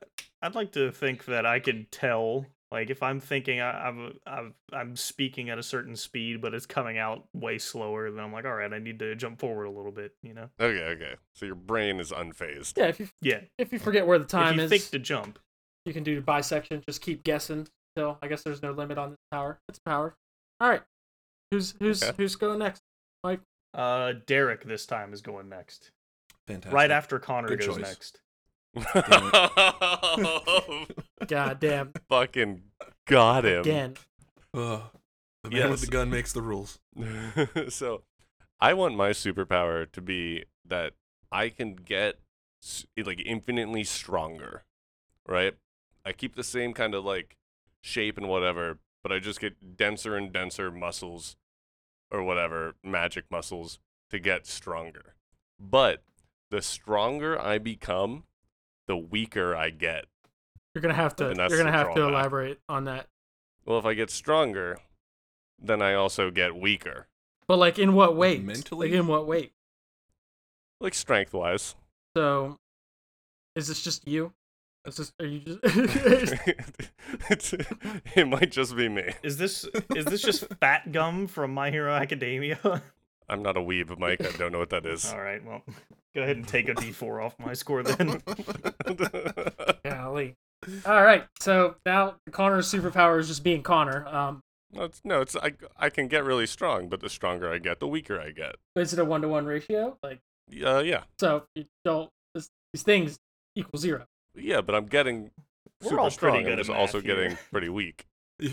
I'd like to think that I could tell like if I'm thinking I, I'm, I'm I'm speaking at a certain speed, but it's coming out way slower. Then I'm like, all right, I need to jump forward a little bit. You know? Okay. Okay. So your brain is unfazed. Yeah, if you Yeah. if you forget where the time if you is, think to jump. you can do bisection. Just keep guessing. So I guess there's no limit on this power. It's power. All right. Who's who's Okay. who's going next? Uh, Derek this time is going next. Fantastic. Right after Connor Good goes choice. next. Oh. God damn. Um, Fucking got him. Again. Ugh. the man with the Yes. gun makes the rules. so I want my superpower to be that I can get s- like infinitely stronger, right? I keep the same kind of like shape and whatever, but I just get denser and denser muscles or whatever, magic muscles to get stronger. But the stronger I become, the weaker I get. You're gonna have to And you're that's gonna the have to drawback. elaborate on that. Well, if I get stronger, then I also get weaker, But like in what weight? mentally? Like in what weight? like strength wise. So is this just you? Is this are you just It's- it might just be me. Is this is this just fat gum from My Hero Academia? I'm not a weeb, Mike. I don't know what that is. all right, well, go ahead and take a D4 off my score then. Golly. All right. So now Connor's superpower is just being Connor. Um, no, it's, no, it's I. I can get really strong, but the stronger I get, the weaker I get. is it a one to one ratio? Like Uh, yeah, so you don't this, these things equal zero. yeah, but I'm getting We're super all pretty strong. I'm good at just also math here. getting pretty weak.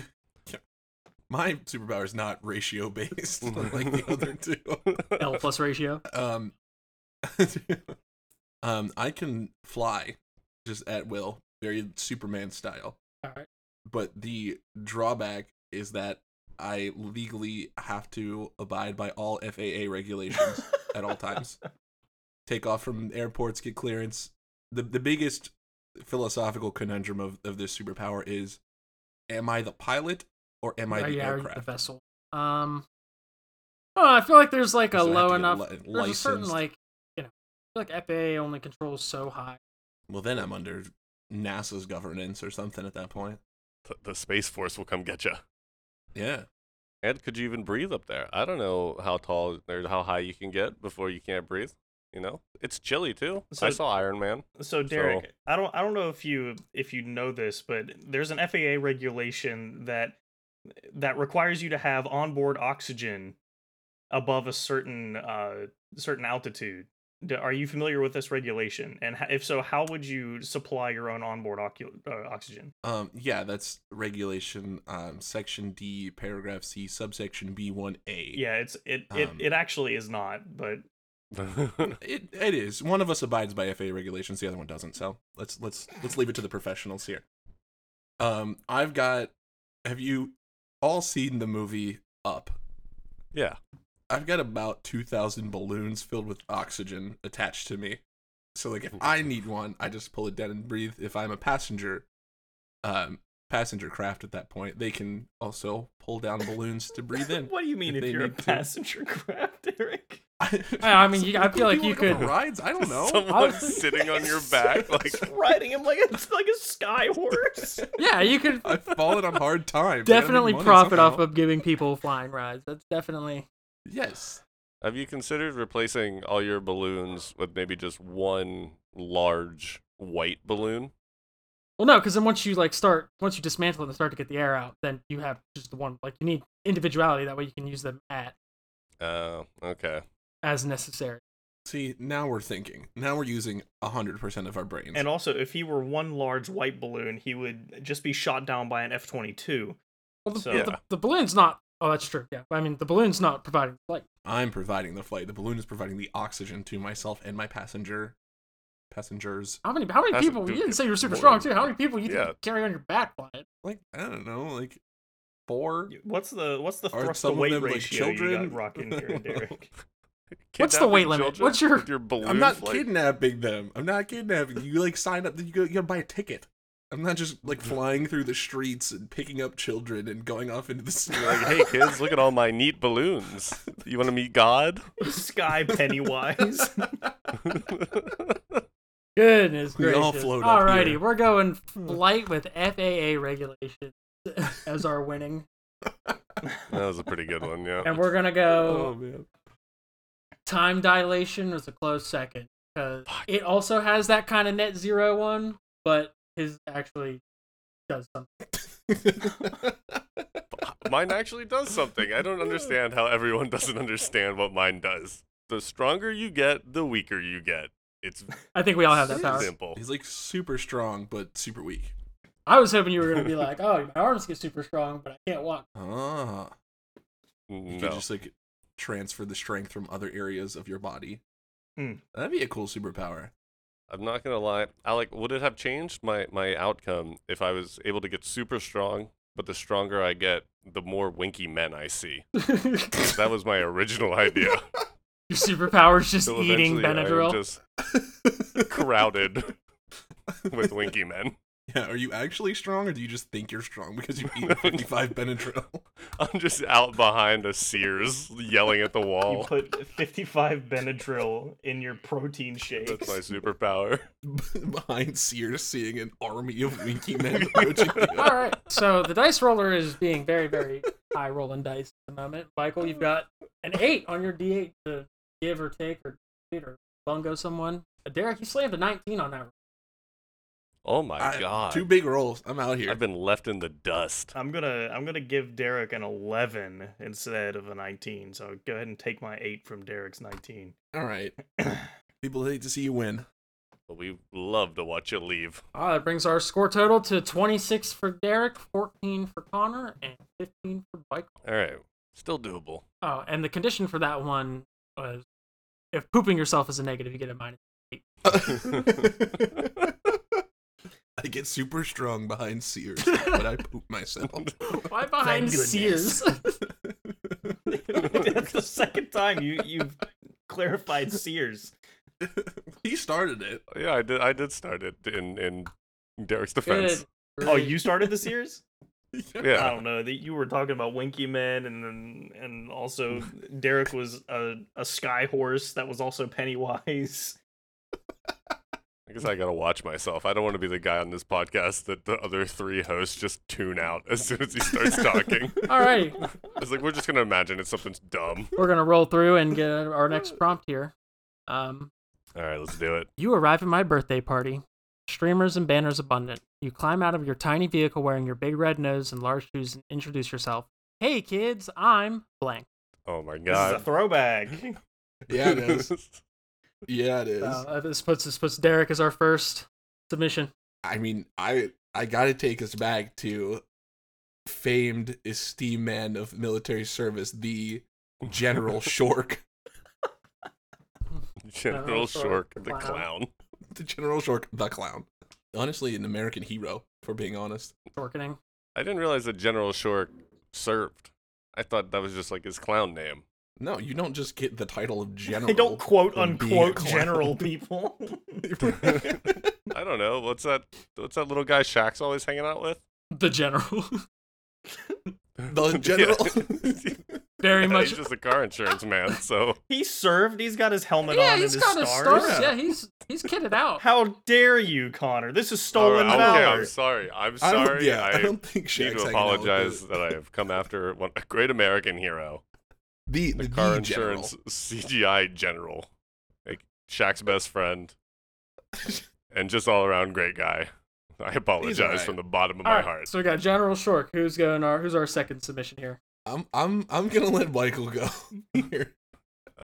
My superpower is not ratio based like the other two. L plus ratio. Um, um, I can fly just at will, very Superman style. All right. But the drawback is that I legally have to abide by all FAA regulations at all times. Take off from airports, get clearance. The the biggest philosophical conundrum of, of this superpower is am I the pilot or am I Are the you- are you the aircraft? vessel? Um, oh, I feel like there's like a Does it have low to get enough. li- there's a certain licensed? like you know, I feel like FAA only controls so high. Well, then I'm under NASA's governance or something at that point. The, the space force will come get you. Yeah. And could you even breathe up there? I don't know how tall or how high you can get before you can't breathe. You know, it's chilly too. I So- saw Iron Man. So Derek, I don't I don't know if you if you know this, but there's an FAA regulation that that requires you to have onboard oxygen above a certain uh certain altitude. D- Are you familiar with this regulation? And ho- if so, how would you supply your own onboard ocu- uh, oxygen? Um, yeah, that's regulation um, section D, paragraph C, subsection B1A. Yeah, it's it it, Um, it actually is not, but It it is. One of us abides by FAA regulations, the other one doesn't. So let's let's let's leave it to the professionals here. Um, I've got. Have you all seen the movie Up? yeah. I've got about two thousand balloons filled with oxygen attached to me. So like, if I need one, I just pull it down and breathe. If I'm a passenger, um, passenger craft at that point, they can also pull down balloons to breathe in. what do you mean if if, they you're a need to- passenger craft, Derek? I, I mean, you- I feel like you could- rides. I don't know. Someone was- sitting on your back, like riding him like a like a sky horse. Yeah, you could I've fallen on hard times. I gotta make definitely money profit off somehow. of giving people flying rides. That's definitely Yes. Have you considered replacing all your balloons with maybe just one large white balloon? well, no, because then once you like start, once you dismantle it and start to get the air out, then you have just the one. Like you need individuality. That way you can use them at Uh, okay. as necessary. See, now we're thinking. Now we're using hundred percent of our brains. And also, if he were one large white balloon, he would just be shot down by an F twenty two. Well, the, So- the, the balloon's not. Oh, that's true. Yeah, I mean the balloon's not providing light. I'm providing the flight. The balloon is providing the oxygen to myself and my passenger. Passengers. How many? How many That's a people? You dude, didn't say you were super strong more than- too. How many people you Yeah. think carry on your back flying? Like I don't know, like four. What's the what's the Are thrust some to of weight them, like, ratio you children? got rocking here, Derek? What's the weight Kidnapping limit? children What's your- with your balloon? I'm not flight? kidnapping them. I'm not kidnapping. You like sign up. You go. You gotta buy a ticket. I'm not just Mm-hmm. like flying through the streets and picking up children and going off into the sky. Like, hey kids, look at all my neat balloons. You want to meet God? Sky Pennywise. Goodness We gracious! all float up Alrighty, here. we're going flight with FAA regulations as our winning, that was a pretty good one, yeah. and we're gonna go. oh man. time dilation was a close second because it also has that kind of net zero one, but his actually does something. Mine actually does something. I don't understand how everyone doesn't understand what mine does. The stronger you get, the weaker you get. It's I think we all have that Yes. power. simple. He's like super strong but super weak. I was hoping you were gonna be like, "Oh, my arms get super strong, but I can't walk." Ah. You No. could just like transfer the strength from other areas of your body. Hmm. That'd be a cool superpower. I'm not gonna lie, Alec. Would it have changed my my outcome if I was able to get super strong? But the stronger I get, the more winky men I see. That was my original idea. Your superpower is just So eating eventually I am Benadryl. just crowded with winky men. Yeah, are you actually strong or do you just think you're strong because you've eaten 55 Benadryl? I'm just out behind a Sears yelling at the you wall. put fifty five Benadryl in your protein shakes. That's my superpower. Behind Sears seeing an army of winky men approaching you. all right, so the dice roller is being very, very high rolling dice at the moment. Michael, you've got an eight on your D8 to give or take or beat or bungo someone. Derek, you slammed a 19 on that. roll. Oh my I- god. Two big rolls. I'm out here. I've been left in the dust. I'm gonna I'm gonna give Derek an eleven instead of a nineteen. So go ahead and take my eight from Derek's nineteen. All right. People hate to see you win. But we love to watch you leave. Ah, that brings our score total to 26 for Derek, 14 for Connor, and 15 for Mike. All right. Still doable. Oh, and the condition for that one was if pooping yourself is a negative, you get a minus. I get super strong behind Sears, but I poop myself. Why behind goodness. Sears? That's the second time you you've clarified Sears. he started it. Yeah, I did I did start it in in Derek's Good. defense. Oh, you started the Sears? Yeah. I don't know. That you were talking about Winky Men, and then and also Derek was a a sky horse that was also Pennywise. I guess I gotta watch myself. I don't want to be the guy on this podcast that the other three hosts just tune out as soon as he starts talking. All right, it's like we're just gonna imagine it's something dumb. we're gonna roll through and get our next prompt here. Um, All right, let's do it. You arrive at my birthday party. Streamers and banners abundant. You climb out of your tiny vehicle wearing your big red nose and large shoes and introduce yourself. Hey kids, I'm blank. Oh my This is a god. throwback. Yeah, it is. Yeah, it is. Uh, this puts this puts Derek as our first submission. I mean, I I gotta take us back to famed esteemed man of military service, the General Shork. General Shork, Shork, the clown. clown. The General Shork, the clown. Honestly, an American hero, for being honest. Shorkening. I didn't realize that General Shork served. I thought that was just like his clown name. No, you don't just get the title of general. They don't quote from being a unquote clown. general people. I don't know. What's that? What's that little guy Shaq's always hanging out with? The general. the general. Very Yeah, much. He's just a car insurance man. So uh, he served. He's got his helmet Yeah, on he's and his got his stars. stars. Yeah, he's he's kitted out. How dare you, Connor? This is All stolen right, okay, valor. I'm sorry. I'm I don't- sorry. yeah, I, I don't think need Shaq's to hanging out with apologize the- that I have come after one, a great American hero, The, the, the car the general. insurance CGI general, like Shaq's best friend, and just all around great guy. I apologize alright. from the bottom of All my right, heart. So we got General Shork. Who's going? Our who's our second submission here? I'm I'm I'm gonna let Michael go here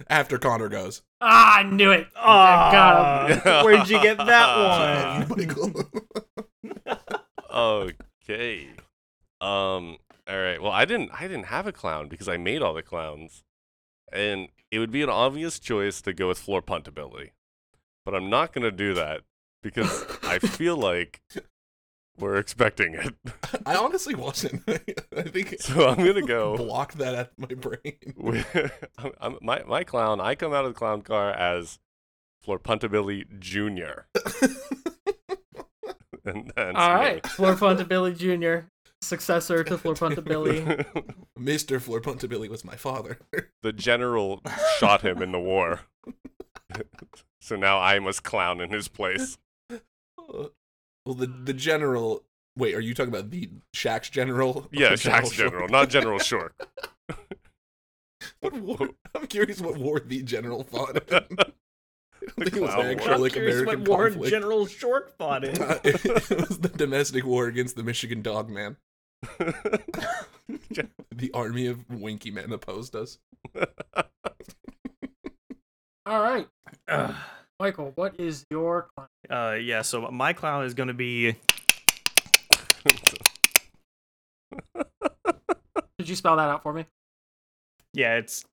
after Connor goes. Ah, I knew it. Ah, got him. where'd you get that Ah. one? Michael. okay. Um. All right. Well, I didn't. I didn't have a clown because I made all the clowns, and it would be an obvious choice to go with floor puntability, but I'm not gonna do that because I feel like we're expecting it. I honestly wasn't. I think So I'm gonna go block that out of my brain. with I'm, I'm, my my clown. I come out of the clown car as floor puntability junior. and that's All me. right, Floor Puntabilly Jr., successor to Floor Puntabilly. Mr. Florpuntabilly was my father. the general shot him in the war. so now I must clown in his place. well, the the general. Wait, are you talking about the Shaq's general? Yeah, Or Shaq's general, not General Shork. Short? What war? I'm curious what war the general fought. in. I don't think it was Clown the actual War. I'm like curious what American Warren conflict. General Short fought in. Uh, it was the domestic war against the Michigan Dog Man. The army of Winky Men opposed us. All right, Ugh. Michael, what is your clown? Uh, yeah, so my clown is going to be Could you spell that out for me? yeah, it's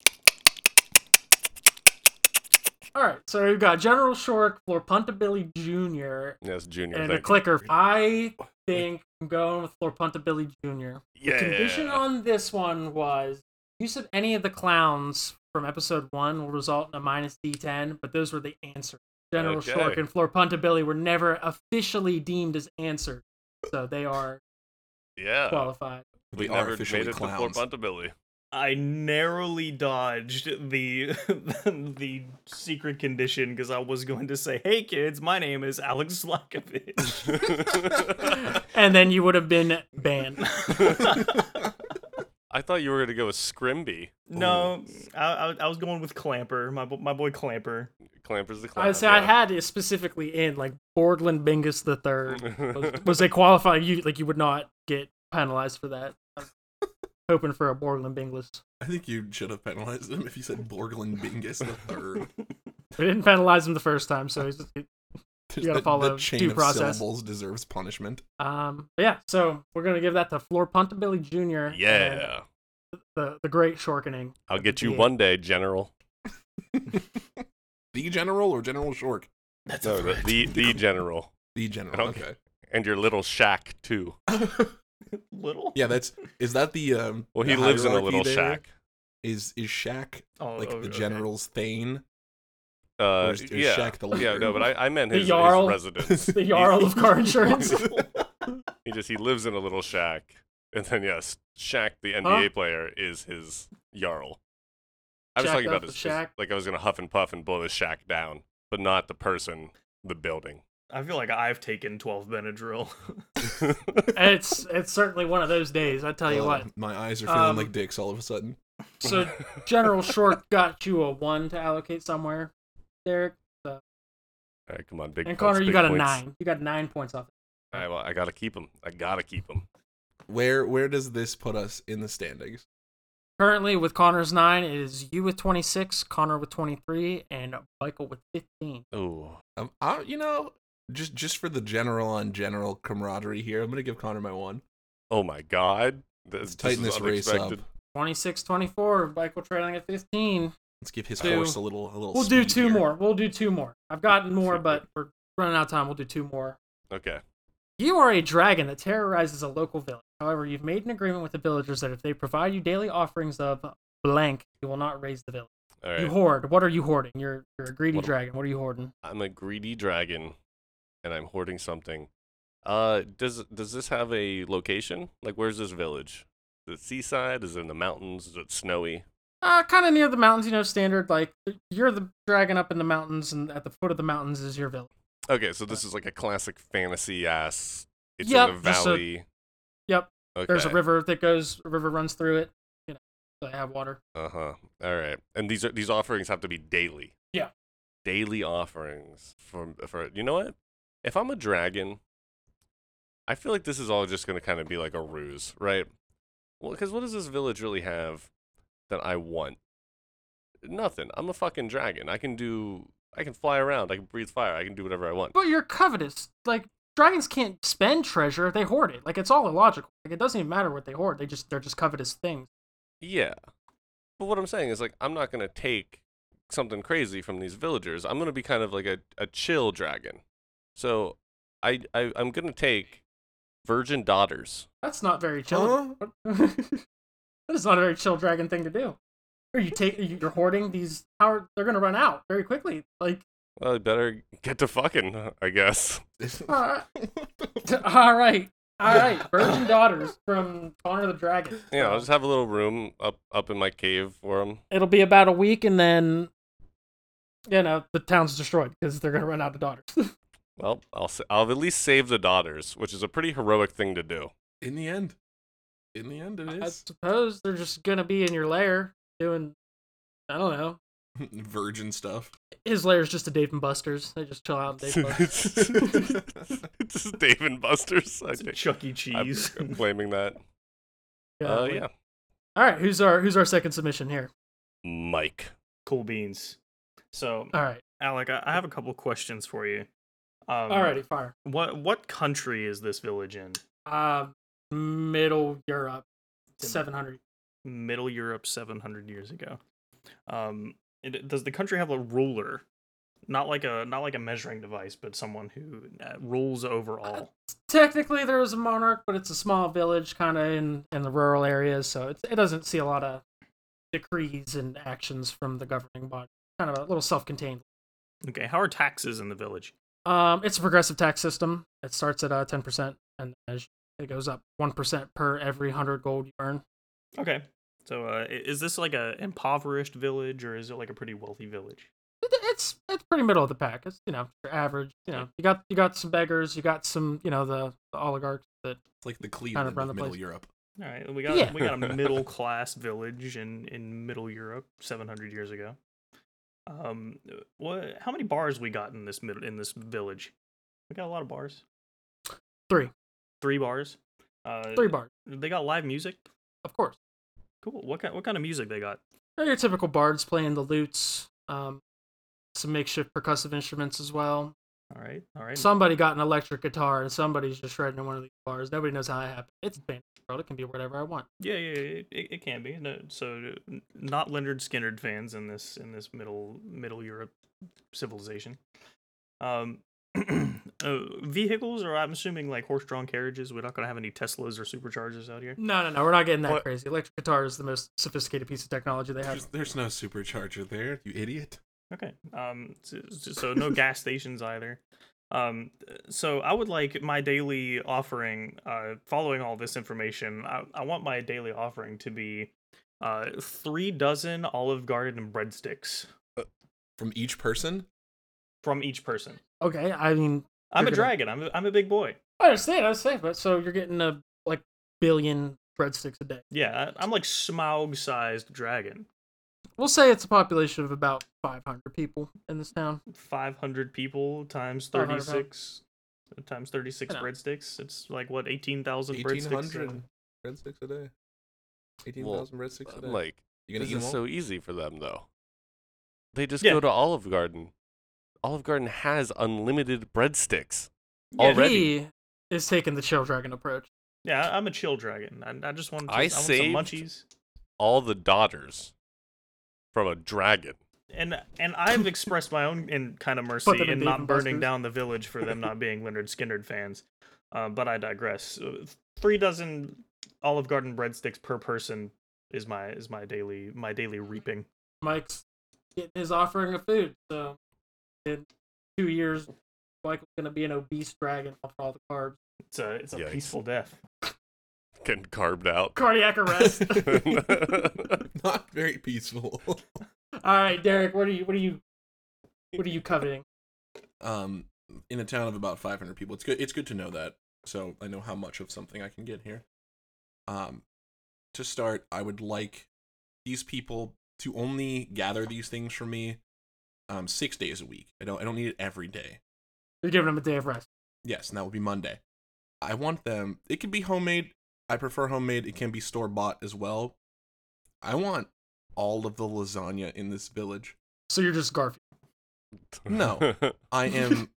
All right, so we've got General Shork, Floor Puntabilly Jr., yes, Junior. and a thank clicker. I think I'm going with Floor Puntabilly Jr. you. yeah. Condition on this one was use of any of the clowns from episode one will result in a minus D10, but those were the answers. General Okay. Shork and Floor Puntabilly were never officially deemed as answered, so they are yeah. qualified. we We are never officially made it to Fort clowns. Buntabilly. I narrowly dodged the the secret condition because I was going to say, "Hey kids, my name is Alex Slakovich." and then you would have been banned. I thought you were going to go with Scrimby. Oh. no, I, I I was going with Clamper, my bo- my boy Clamper. Clamper's the clown. I say I had it specifically in like Borgland Bingus the Third was, was they qualify you like you would not get penalized for that. I was hoping for a Borgland Bingus. I think you should have penalized him if you said Borglin Bingus the third. We didn't penalize him the first time, so he's There's gotta the, follow the chain due of process. syllables deserves punishment. um but yeah. So we're gonna give that to Floor Puntabilly Jr. and Yeah. the the great shorkening. I'll get you Yeah. one day, General. The general or General Shork? That's No, the, the, the General. The general. Okay. Okay. And your little shack, too. little. yeah, that's is that the um Well, he the lives in a hierarchy little there? shack. Is is Shaq Oh, like oh, the okay. general's thane? Uh, Or is- is yeah. Shaq the yeah, no, leader? but I, I meant The his, his Jarl. residence. The Jarl of Car Insurance. He just he lives in a little shack And then yes, Shaq, the NBA player, is his Jarl. I was Shaq talking about off of this this- Shaq. like I was gonna huff and puff and blow this Shaq down, but not the person, the building. I feel like I've taken 12 Benadryl. it's it's certainly one of those days. I tell you Uh, what. My eyes are feeling Um, like dicks all of a sudden. So General Short got you a one to allocate somewhere, Derek. All right, come on, big. and points, Connor, you big got a points. nine. You got nine points off. All right, well, I gotta keep him. I gotta keep him. Where where does this put us in the standings? Currently, with Connor's nine, it is you with 26, Connor with 23, and Michael with 15. Ooh, Um, I, you know, just just for the general on general camaraderie here, I'm gonna give Connor my one. oh my God, this, Tighten this, is this race up. unexpected. 26 24, Michael trailing at 15. Let's give his Two. horse a little a little. We'll do speed two here. more. We'll do two more. I've gotten more, Super. but we're running out of time. We'll do two more. Okay, You are a dragon that terrorizes a local village. However, you've made an agreement with the villagers that if they provide you daily offerings of blank, you will not raise the village. all right. You hoard. What are you hoarding? You're you're a greedy What am- dragon. What are you hoarding? I'm a greedy dragon, and I'm hoarding something. Uh, does does this have a location? Like, where's this village? Is it seaside? Is it in the mountains? Is it snowy? Uh, kind of near the mountains, you know, standard. Like you're the dragon up in the mountains, and at the foot of the mountains is your village. Okay, so this is like a classic fantasy ass. It's Uh Yep, in a just a- valley. yep, Okay. There's a river that goes. A river runs through it. You know, so they have water. Uh huh. All right, and these are these offerings have to be daily. Yeah. Daily offerings for for you know what? If I'm a dragon, I feel like this is all just gonna kind of be like a ruse, right? Well, because what does this village really have that I want? Nothing. I'm a fucking dragon. I can do. I can fly around. I can breathe fire. I can do whatever I want. But you're covetous. Like dragons can't spend treasure; they hoard it. Like it's all illogical. Like it doesn't even matter what they hoard. They just they're just covetous things. Yeah. But what I'm saying is like I'm not gonna take something crazy from these villagers. I'm gonna be kind of like a, a chill dragon. So I, I I'm gonna take virgin daughters. That's not very chill. Uh-huh. that is not a very chill dragon thing to do. Or you take you're hoarding these power. They're gonna run out very quickly. Like Well, I better get to fucking, I guess. uh, all right, all right, virgin daughters from Connor the Dragon. Yeah, Uh-huh. I'll just have a little room up up in my cave for them. it'll be about a week, and then you know the town's destroyed because they're gonna run out of daughters. Well, I'll s- I'll at least save the daughters, which is a pretty heroic thing to do. in the end, in the end, it I is suppose they're just gonna be in your lair doing. I don't know. virgin stuff. His lair is just a Dave and Buster's. They just chill out. And Dave and Buster's. it's just Dave and Buster's. I It's a think. Chuck E. I'm Cheese. I'm claiming that. Uh, yeah. All right. Who's our Who's our second submission here? Mike. cool beans. So, All right. Alec, I, I have a couple questions for you. Um, Alrighty. Fire. What what country is this village in? Uh, Middle Europe, seven hundred. Middle Europe, seven hundred years ago. Um, it, does the country have a ruler? Not like a not like a measuring device, but someone who uh, rules over all. Technically, there is a monarch, but it's a small village, kind of in in the rural areas, so it's, it doesn't see a lot of decrees and actions from the governing body. Kind of a little self-contained. Okay, how are taxes in the village? Um, it's a progressive tax system. It starts at uh ten percent, and as it goes up one percent per every hundred gold you earn. Okay, so uh, i- is this like a impoverished village or is it like a pretty wealthy village? It- It's it's pretty middle of the pack. It's you know your average. You know you got you got some beggars. You got some you know the, the oligarchs that It's like the Cleveland run the of Middle place. Europe. All right, we got Yeah. we got a middle class village in in Middle Europe, seven hundred years ago. Um, what? How many bars we got in this middle in this village? We got a lot of bars. Three. Three bars. Uh, three bars, They got live music. of course. Cool. What kind? What kind of music they got? They're your typical bards playing the lutes, um, some makeshift percussive instruments as well. All right. All right. Somebody got an electric guitar and somebody's just shredding one of these bars. Nobody knows how it happened. It's fantasy world. It can be whatever I want. yeah, yeah, yeah, it, it it can be. No, so n- not Leonard Skinner fans in this in this middle middle Europe civilization. Um, uh, vehicles, or I'm assuming like horse-drawn carriages. We're not gonna have any Teslas or superchargers out here. No, no, no. We're not getting that What- crazy. Electric guitar is the most sophisticated piece of technology they have. There's, there's no supercharger there, you idiot. Okay. Um. So, so no gas stations either. Um, so I would like my daily offering, uh, following all this information, I, I want my daily offering to be uh, three dozen Olive Garden breadsticks from each person. from each person. Okay, I mean, I'm You're gonna- a dragon. I'm a, I'm a big boy. I understand. I understand, but so you're getting a like billion breadsticks a day. Yeah, I, I'm like Smaug sized dragon. We'll say it's a population of about 500 people in this town. 500 people times 500 pounds. 36 times 36 Yeah. breadsticks. It's like what 18,000 Eighteen breadsticks. hundred breadsticks a day. Eighteen Well, thousand breadsticks a day. I'm like, you gonna this eat them is all? so easy for them though. They just Yeah. go to Olive Garden. Olive Garden has unlimited breadsticks. Yeah, Already. He is taking the chill dragon approach. Yeah, I'm a chill dragon. I, I just want to, I I, want some saved- munchies. All the daughters from a dragon. And and I've expressed my own in kind of mercy them in in Dave not and burning Buster's. down the village for them not being Leonard Skinnerd fans. Uh, but I digress. Uh, Three dozen Olive Garden breadsticks per person is my is my daily my daily reaping. Mike's getting his offering of food. So in two years, Michael's gonna be an obese dragon off all the carbs. It's a it's a Yikes. peaceful death. Getting carved out. Cardiac arrest. Not very peaceful. all right, Derek, what are you? What are you? What are you coveting? um, in a town of about 500 people, it's good. It's good to know that, so I know how much of something I can get here. Um, to start, I would like these people to only gather these things for me, um, six days a week. I don't. I don't need it every day. You're giving him a day of rest. Yes, and that would be Monday. I want them. It could be homemade. I prefer homemade. It can be store bought as well. I want all of the lasagna in this village. So you're just Garfield. No. I am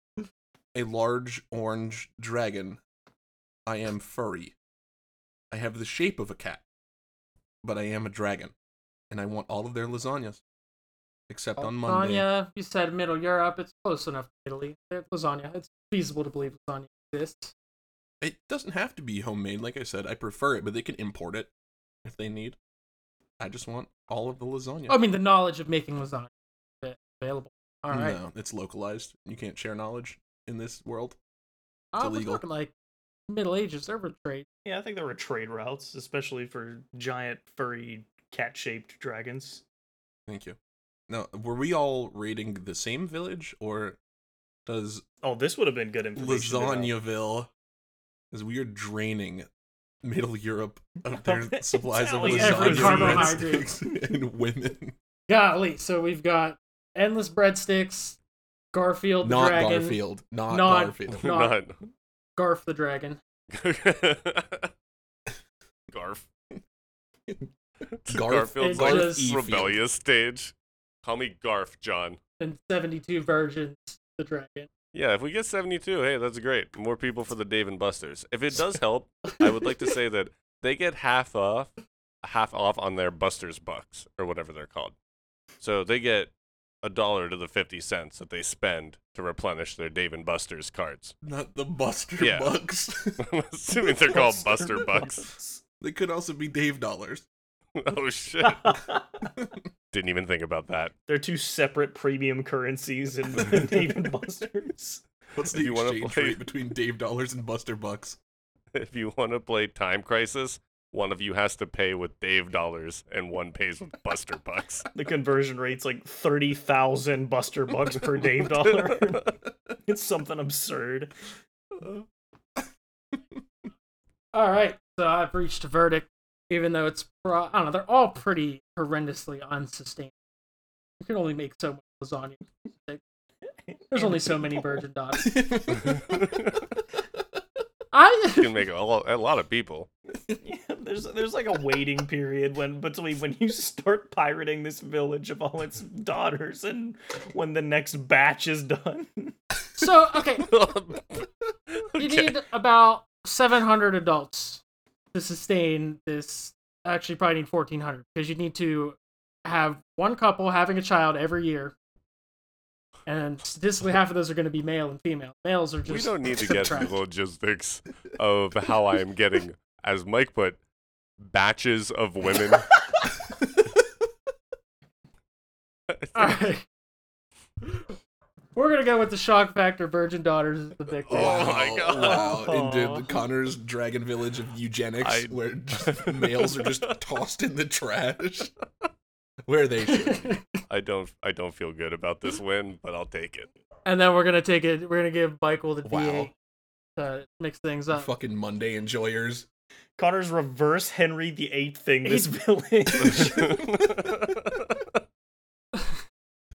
a large orange dragon. I am furry. I have the shape of a cat, but I am a dragon, and I want all of their lasagnas, except on Monday. Lasagna. You said Middle Europe. It's close enough to Italy. There's lasagna. It's feasible to believe lasagna exists. It doesn't have to be homemade, like I said. I prefer it, but they can import it if they need. I just want all of the lasagna. I mean, the knowledge of making lasagna is available. All right. No, it's localized. You can't share knowledge in this world. I was illegal. Uh, talking like Middle Ages. There were trade. Yeah, I think there were trade routes, especially for giant furry cat-shaped dragons. Thank you. Now, were we all raiding the same village, or does Oh, this would have been good information. to know. Lasagnaville, as we are draining Middle Europe of their Of supplies of Italian Every lasagna carbohydrate. breadsticks, and women? Golly. So we've got endless breadsticks. Garfield the Not dragon. Garfield. Not, Not- Garfield. Not- Garf the dragon. Garf. Garfield's Garfield's like like Garf E. rebellious stage. Call me Garf, John. and 72 versions of the dragon. Yeah, if we get 72, hey, that's great. More people for the Dave and Buster's. If it does help, I would like to say that they get half off, half off on their Buster's bucks or whatever they're called. So they get a dollar to the 50 cents that they spend to replenish their Dave and Buster's cards. Not the Buster Yeah. Bucks. I'm assuming they're called Buster bucks. they could also be Dave dollars. oh shit. Didn't even think about that. They're two separate premium currencies in Dave and Buster's. What's If the you wanna exchange play- rate between Dave dollars and Buster Bucks? If you want to play Time Crisis, one of you has to pay with Dave dollars and one pays with Buster bucks. The conversion rate's like thirty thousand Buster bucks per Dave dollar. it's something absurd. All right, so I've reached a verdict, even though it's, pro- I don't know, they're all pretty horrendously unsustainable. You can only make so much lasagna. Like, There's only so many virgin dogs. You I can make a lot, a lot of people. Yeah, there's there's like a waiting period when between when you start pirating this village of all its daughters and when the next batch is done. so okay, you okay. need about 700 adults to sustain this. Actually, probably need 1400 because you need to have one couple having a child every year, and statistically, half of those are going to be male and female. Males are just We don't need to get into subtract. the logistics of how I am getting, as Mike put, batches of women. All right. We're gonna go with the shock factor. Virgin daughters is the big thing. Oh my God. Wow. Aw. Into Connor's dragon village of eugenics I- where just males are just tossed in the trash. Where they should. I don't I don't feel good about this win, but I'll take it. and then we're gonna take it. We're gonna give Michael the Wow. D8 to mix things up. Fucking Monday enjoyers. Connor's reverse Henry the Eighth thing this Eighth. village.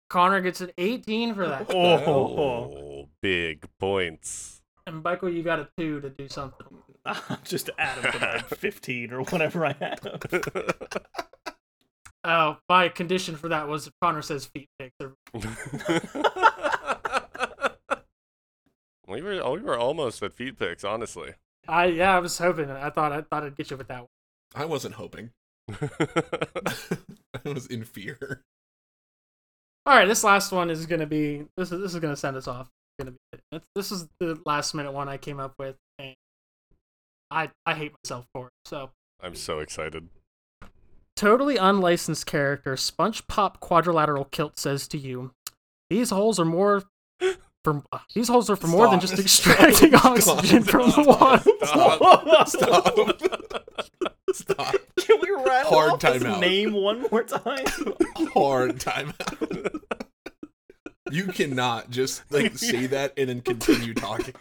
Connor gets an 18 for that, oh, oh, big points. and Michael, you got a two to do something. I'm just add him to like 15 or whatever I have. Uh, Oh, my condition for that was Connor says feet pics. are- we were oh, we were almost at feed picks, honestly. I yeah, I was hoping. I thought I thought I'd get you with that one. I wasn't hoping. I was in fear. All right, this last one is gonna be this is this is gonna send us off. It's gonna be it's, this is the last minute one I came up with, and I I hate myself for it. So I'm so excited. Totally unlicensed character Sponge Pop Quadrilateral Kilt says to you, "These holes are more for these holes are for more than Stop. just extracting Stop. oxygen Stop. from the water." Stop. Stop. Stop. Oh, Can we rattle Hard off his timeout. name one more time? Hard timeout. You cannot just like say that and then continue talking.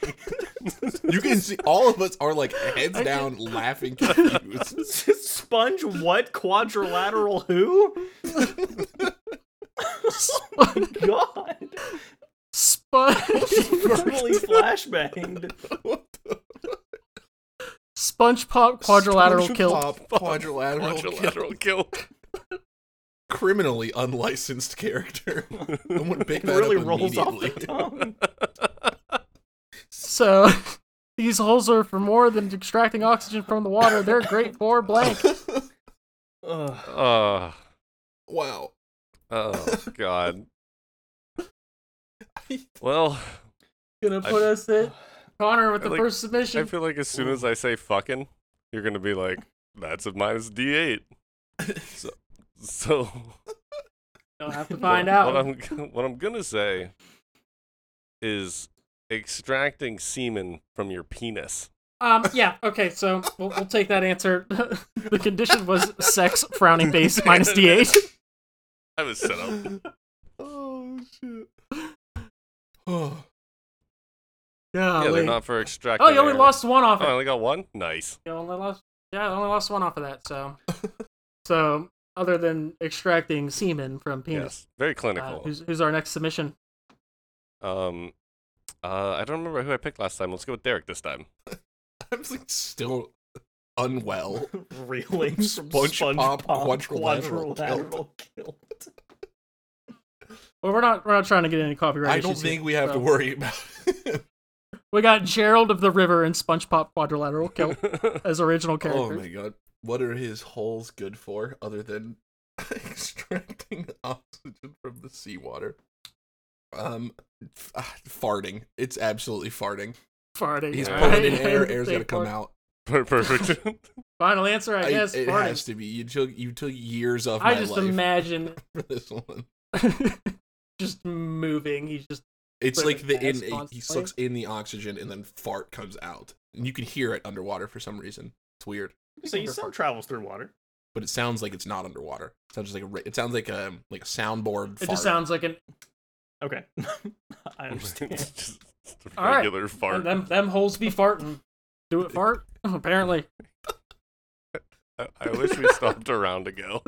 You can see all of us are like heads down, laughing, confused. Sponge what? Quadrilateral who? God. Sponge Verbally flashbanged. What the Sponge Pop Quadrilateral SpongeBob Kilt. quadrilateral, kill. Quadrilateral kill. criminally unlicensed character. I'm gonna pick It that really up rolls off the immediately. tongue. So these holes are for more than extracting oxygen from the water. They're great for blank. Ugh. Oh, wow. oh God. Well, Gonna I- put us at Connor with I the like- first I submission. feel like as soon as I say fucking, you're gonna be like, that's a minus D eight. So, so You'll have to find what, out. What I'm g- what I'm gonna say is extracting semen from your penis. Um, yeah, okay, so we'll, we'll take that answer. the condition was sex, frowning base, minus d8. I was set up. Oh shit. Oh, Yeah, yeah, they're not for extracting. oh, you only air. lost one off Oh, I it. only got one. Nice. You only lost, yeah, I only lost one off of that, so. so, other than extracting semen from penis, Yes, very uh, clinical. who's, who's our next submission? um, uh, I don't remember who I picked last time. Let's go with Derek this time. I'm like still unwell. reeling from Sponge Pop quadrilateral quadrilateral, kilt. Well, we're not, we're not trying to get any copyright I don't issues here, think we have so. to worry about. It. We got Gerald of the River and SpongeBob Quadrilateral Kilt as original oh characters. my god, what are his holes good for other than extracting oxygen from the seawater? Um, f- ah, farting. It's absolutely farting. farting. He's Yeah. pulling in right? air. Air's Say gonna come fart. out. Per- Perfect. Final answer, I I- guess. it farting. has to be. You took you took years off I my just life imagine for this one. just moving. He's just It's Put like it the in in Xbox he plate. sucks in the oxygen and then fart comes out, and you can hear it underwater for some reason. It's weird, So you still travels through water. but it sounds like it's not underwater. It sounds just like a ra- it sounds like a like a soundboard. it fart. just sounds like an Okay. I understand. Just All right. regular fart. them them holes be farting. Do it fart? Apparently. I, I wish we stopped a round ago.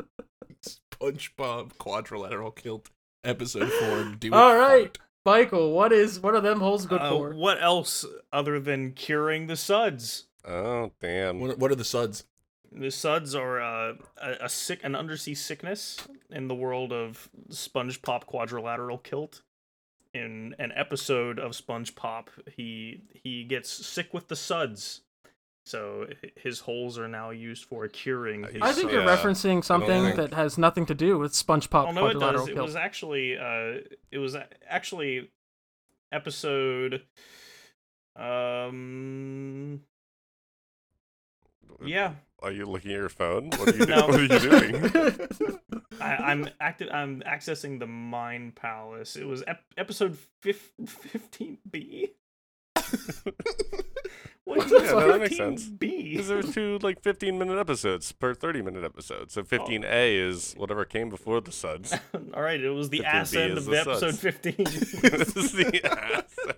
SpongeBob quadrilateral kilt episode four. Do it All right. fart. Michael, what is what are them holes good Uh, for? what else other than curing the suds? Oh damn. What, what are the suds? The suds are uh, a, a sick, an undersea sickness in the world of Sponge Pop quadrilateral kilt. In an episode of Sponge Pop, he he gets sick with the suds, so h- his holes are now used for curing. His I uh, think suds. you're Yeah, referencing something think- that has nothing to do with SpongeBob Oh no, it quadrilateral does. It kilt. was actually uh, it was a- actually episode. Um. Yeah, Are you looking at your phone? What are you, do- No. what are you doing? I, I'm active. I'm accessing the Mine Palace. It was ep- episode fifteen B. What Yeah, that makes fifteen sense. B? Because there's two like 15 minute episodes per 30 minute episode. So 15A Oh. is whatever came before the suds. All right, it was the 15B ass end is of the episode suds. fifteen. this is the accent.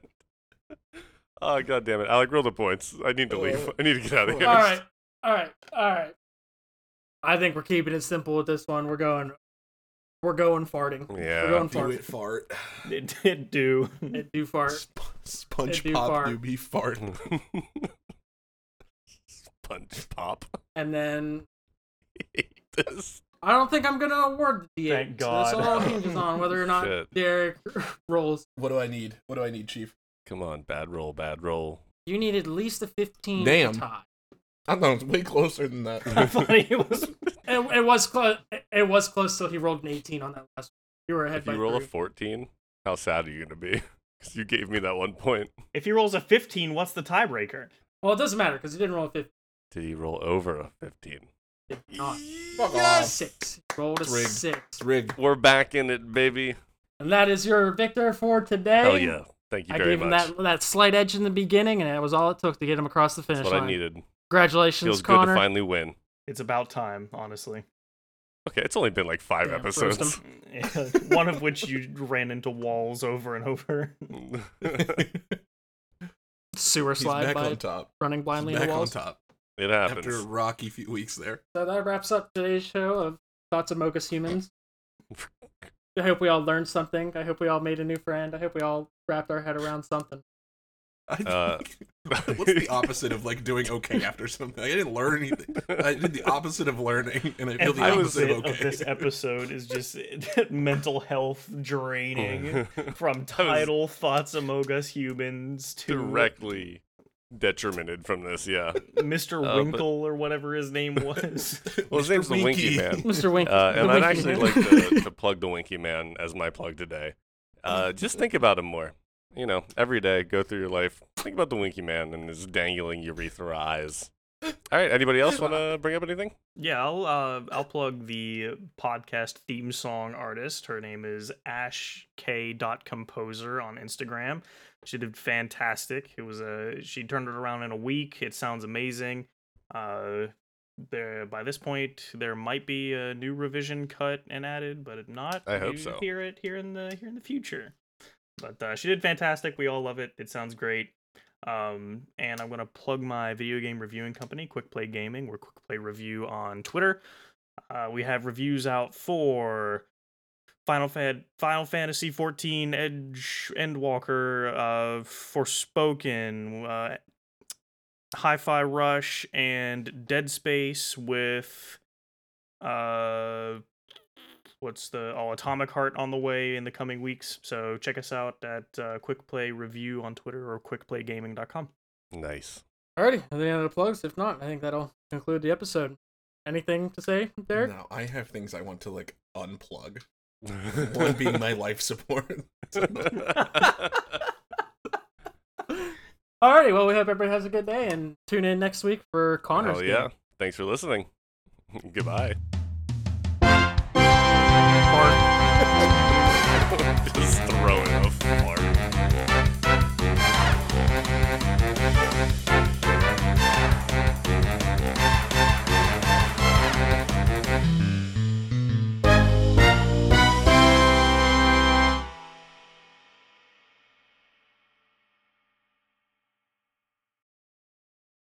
Oh god damn it, Alec! Roll the points. I need to leave. I need to get out of here. Uh, all right, all right, all right. I think we're keeping it simple with this one. We're going, we're going farting. Yeah. we're going Do farting. it fart. it did do. It do fart. Sp- sponge do pop fart. doobie fart. Sponge pop. And then Hate this. I don't think I'm gonna award the D8. Thank So God. this all hinges on whether or not Shit. Derek rolls. What do I need? What do I need, Chief? Come on, bad roll, bad roll. You need at least a 15 Damn. to tie. I thought it was way closer than that. I thought he was. It, it was close. It was close till he rolled an 18 on that last. You were ahead If by you roll a three. 14, how sad are you gonna be? Because you gave me that one point. If he rolls a fifteen, what's the tiebreaker? well, it doesn't matter because he didn't roll a 15. Did you roll over a 15? Did not. Fuck off. Six. He Rolled a It's rigged. six. It's rigged. We're back in it, baby. And that is your victor for today. Hell yeah! Thank you I very gave him much. that, that slight edge in the beginning, and that was all it took to get him across the finish That's what line. I needed. Congratulations, Feels Connor. good to finally win. It's about time, honestly. Okay, it's only been like five Damn, episodes. roast One of which you ran into walls over and over. it Sewer He's slide back by on top. running blindly He's into back on walls. top happens. after a rocky few weeks there. So that wraps up today's show of Thoughts of Mocha's Humans. I hope we all learned something. I hope we all made a new friend. I hope we all wrapped our head around something. I think, Uh, what's the opposite of like doing okay after something? I didn't learn anything. I did the opposite of learning, and I feel the Every I was- opposite bit of of okay. this episode is just mental health draining from Oh, was- title thoughts among us humans to Directly detrimented from this, yeah. Mr. Uh, but- Winkle or whatever his name was. Well, his Mr. name's the Winky Winky. Man. Mr. Wink. Uh, the and I'd Winky actually Man. like to, to plug the Winky Man as my plug today. Oh, Uh, just think about him more. You know, every day, go through your life, think about the Winky Man and his dangling urethra eyes. All right, anybody else want to bring up anything? yeah, I'll uh, I'll plug the podcast theme song artist. Her name is Ash K. Composer on Instagram. She did fantastic. It was a she turned it around in a week. It sounds amazing. Uh, there by this point there might be a new revision cut and added, but if not, I hope you so. Hear it here in the here in the future. But uh, she did fantastic. We all love it. It sounds great. Um, and I'm gonna plug my video game reviewing company, Quick Play Gaming. We're Quick Play Review on Twitter. Uh, we have reviews out for Final Fan, Final Fantasy 14, Edge, Endwalker, uh, Forspoken, uh, Hi-Fi Rush, and Dead Space with, uh, what's the oh Atomic Heart on the way in the coming weeks. So check us out at uh, Quick Play Review on Twitter or QuickPlayGaming.com. Nice. Alrighty, are there any other plugs? If not, I think that'll conclude the episode. Anything to say, Derek? No, I have things I want to like unplug. One being my life support. Alrighty, well, we hope everybody has a good day and tune in next week for Connor's Hell game. yeah. Thanks for listening. Goodbye. Just throwing a fart.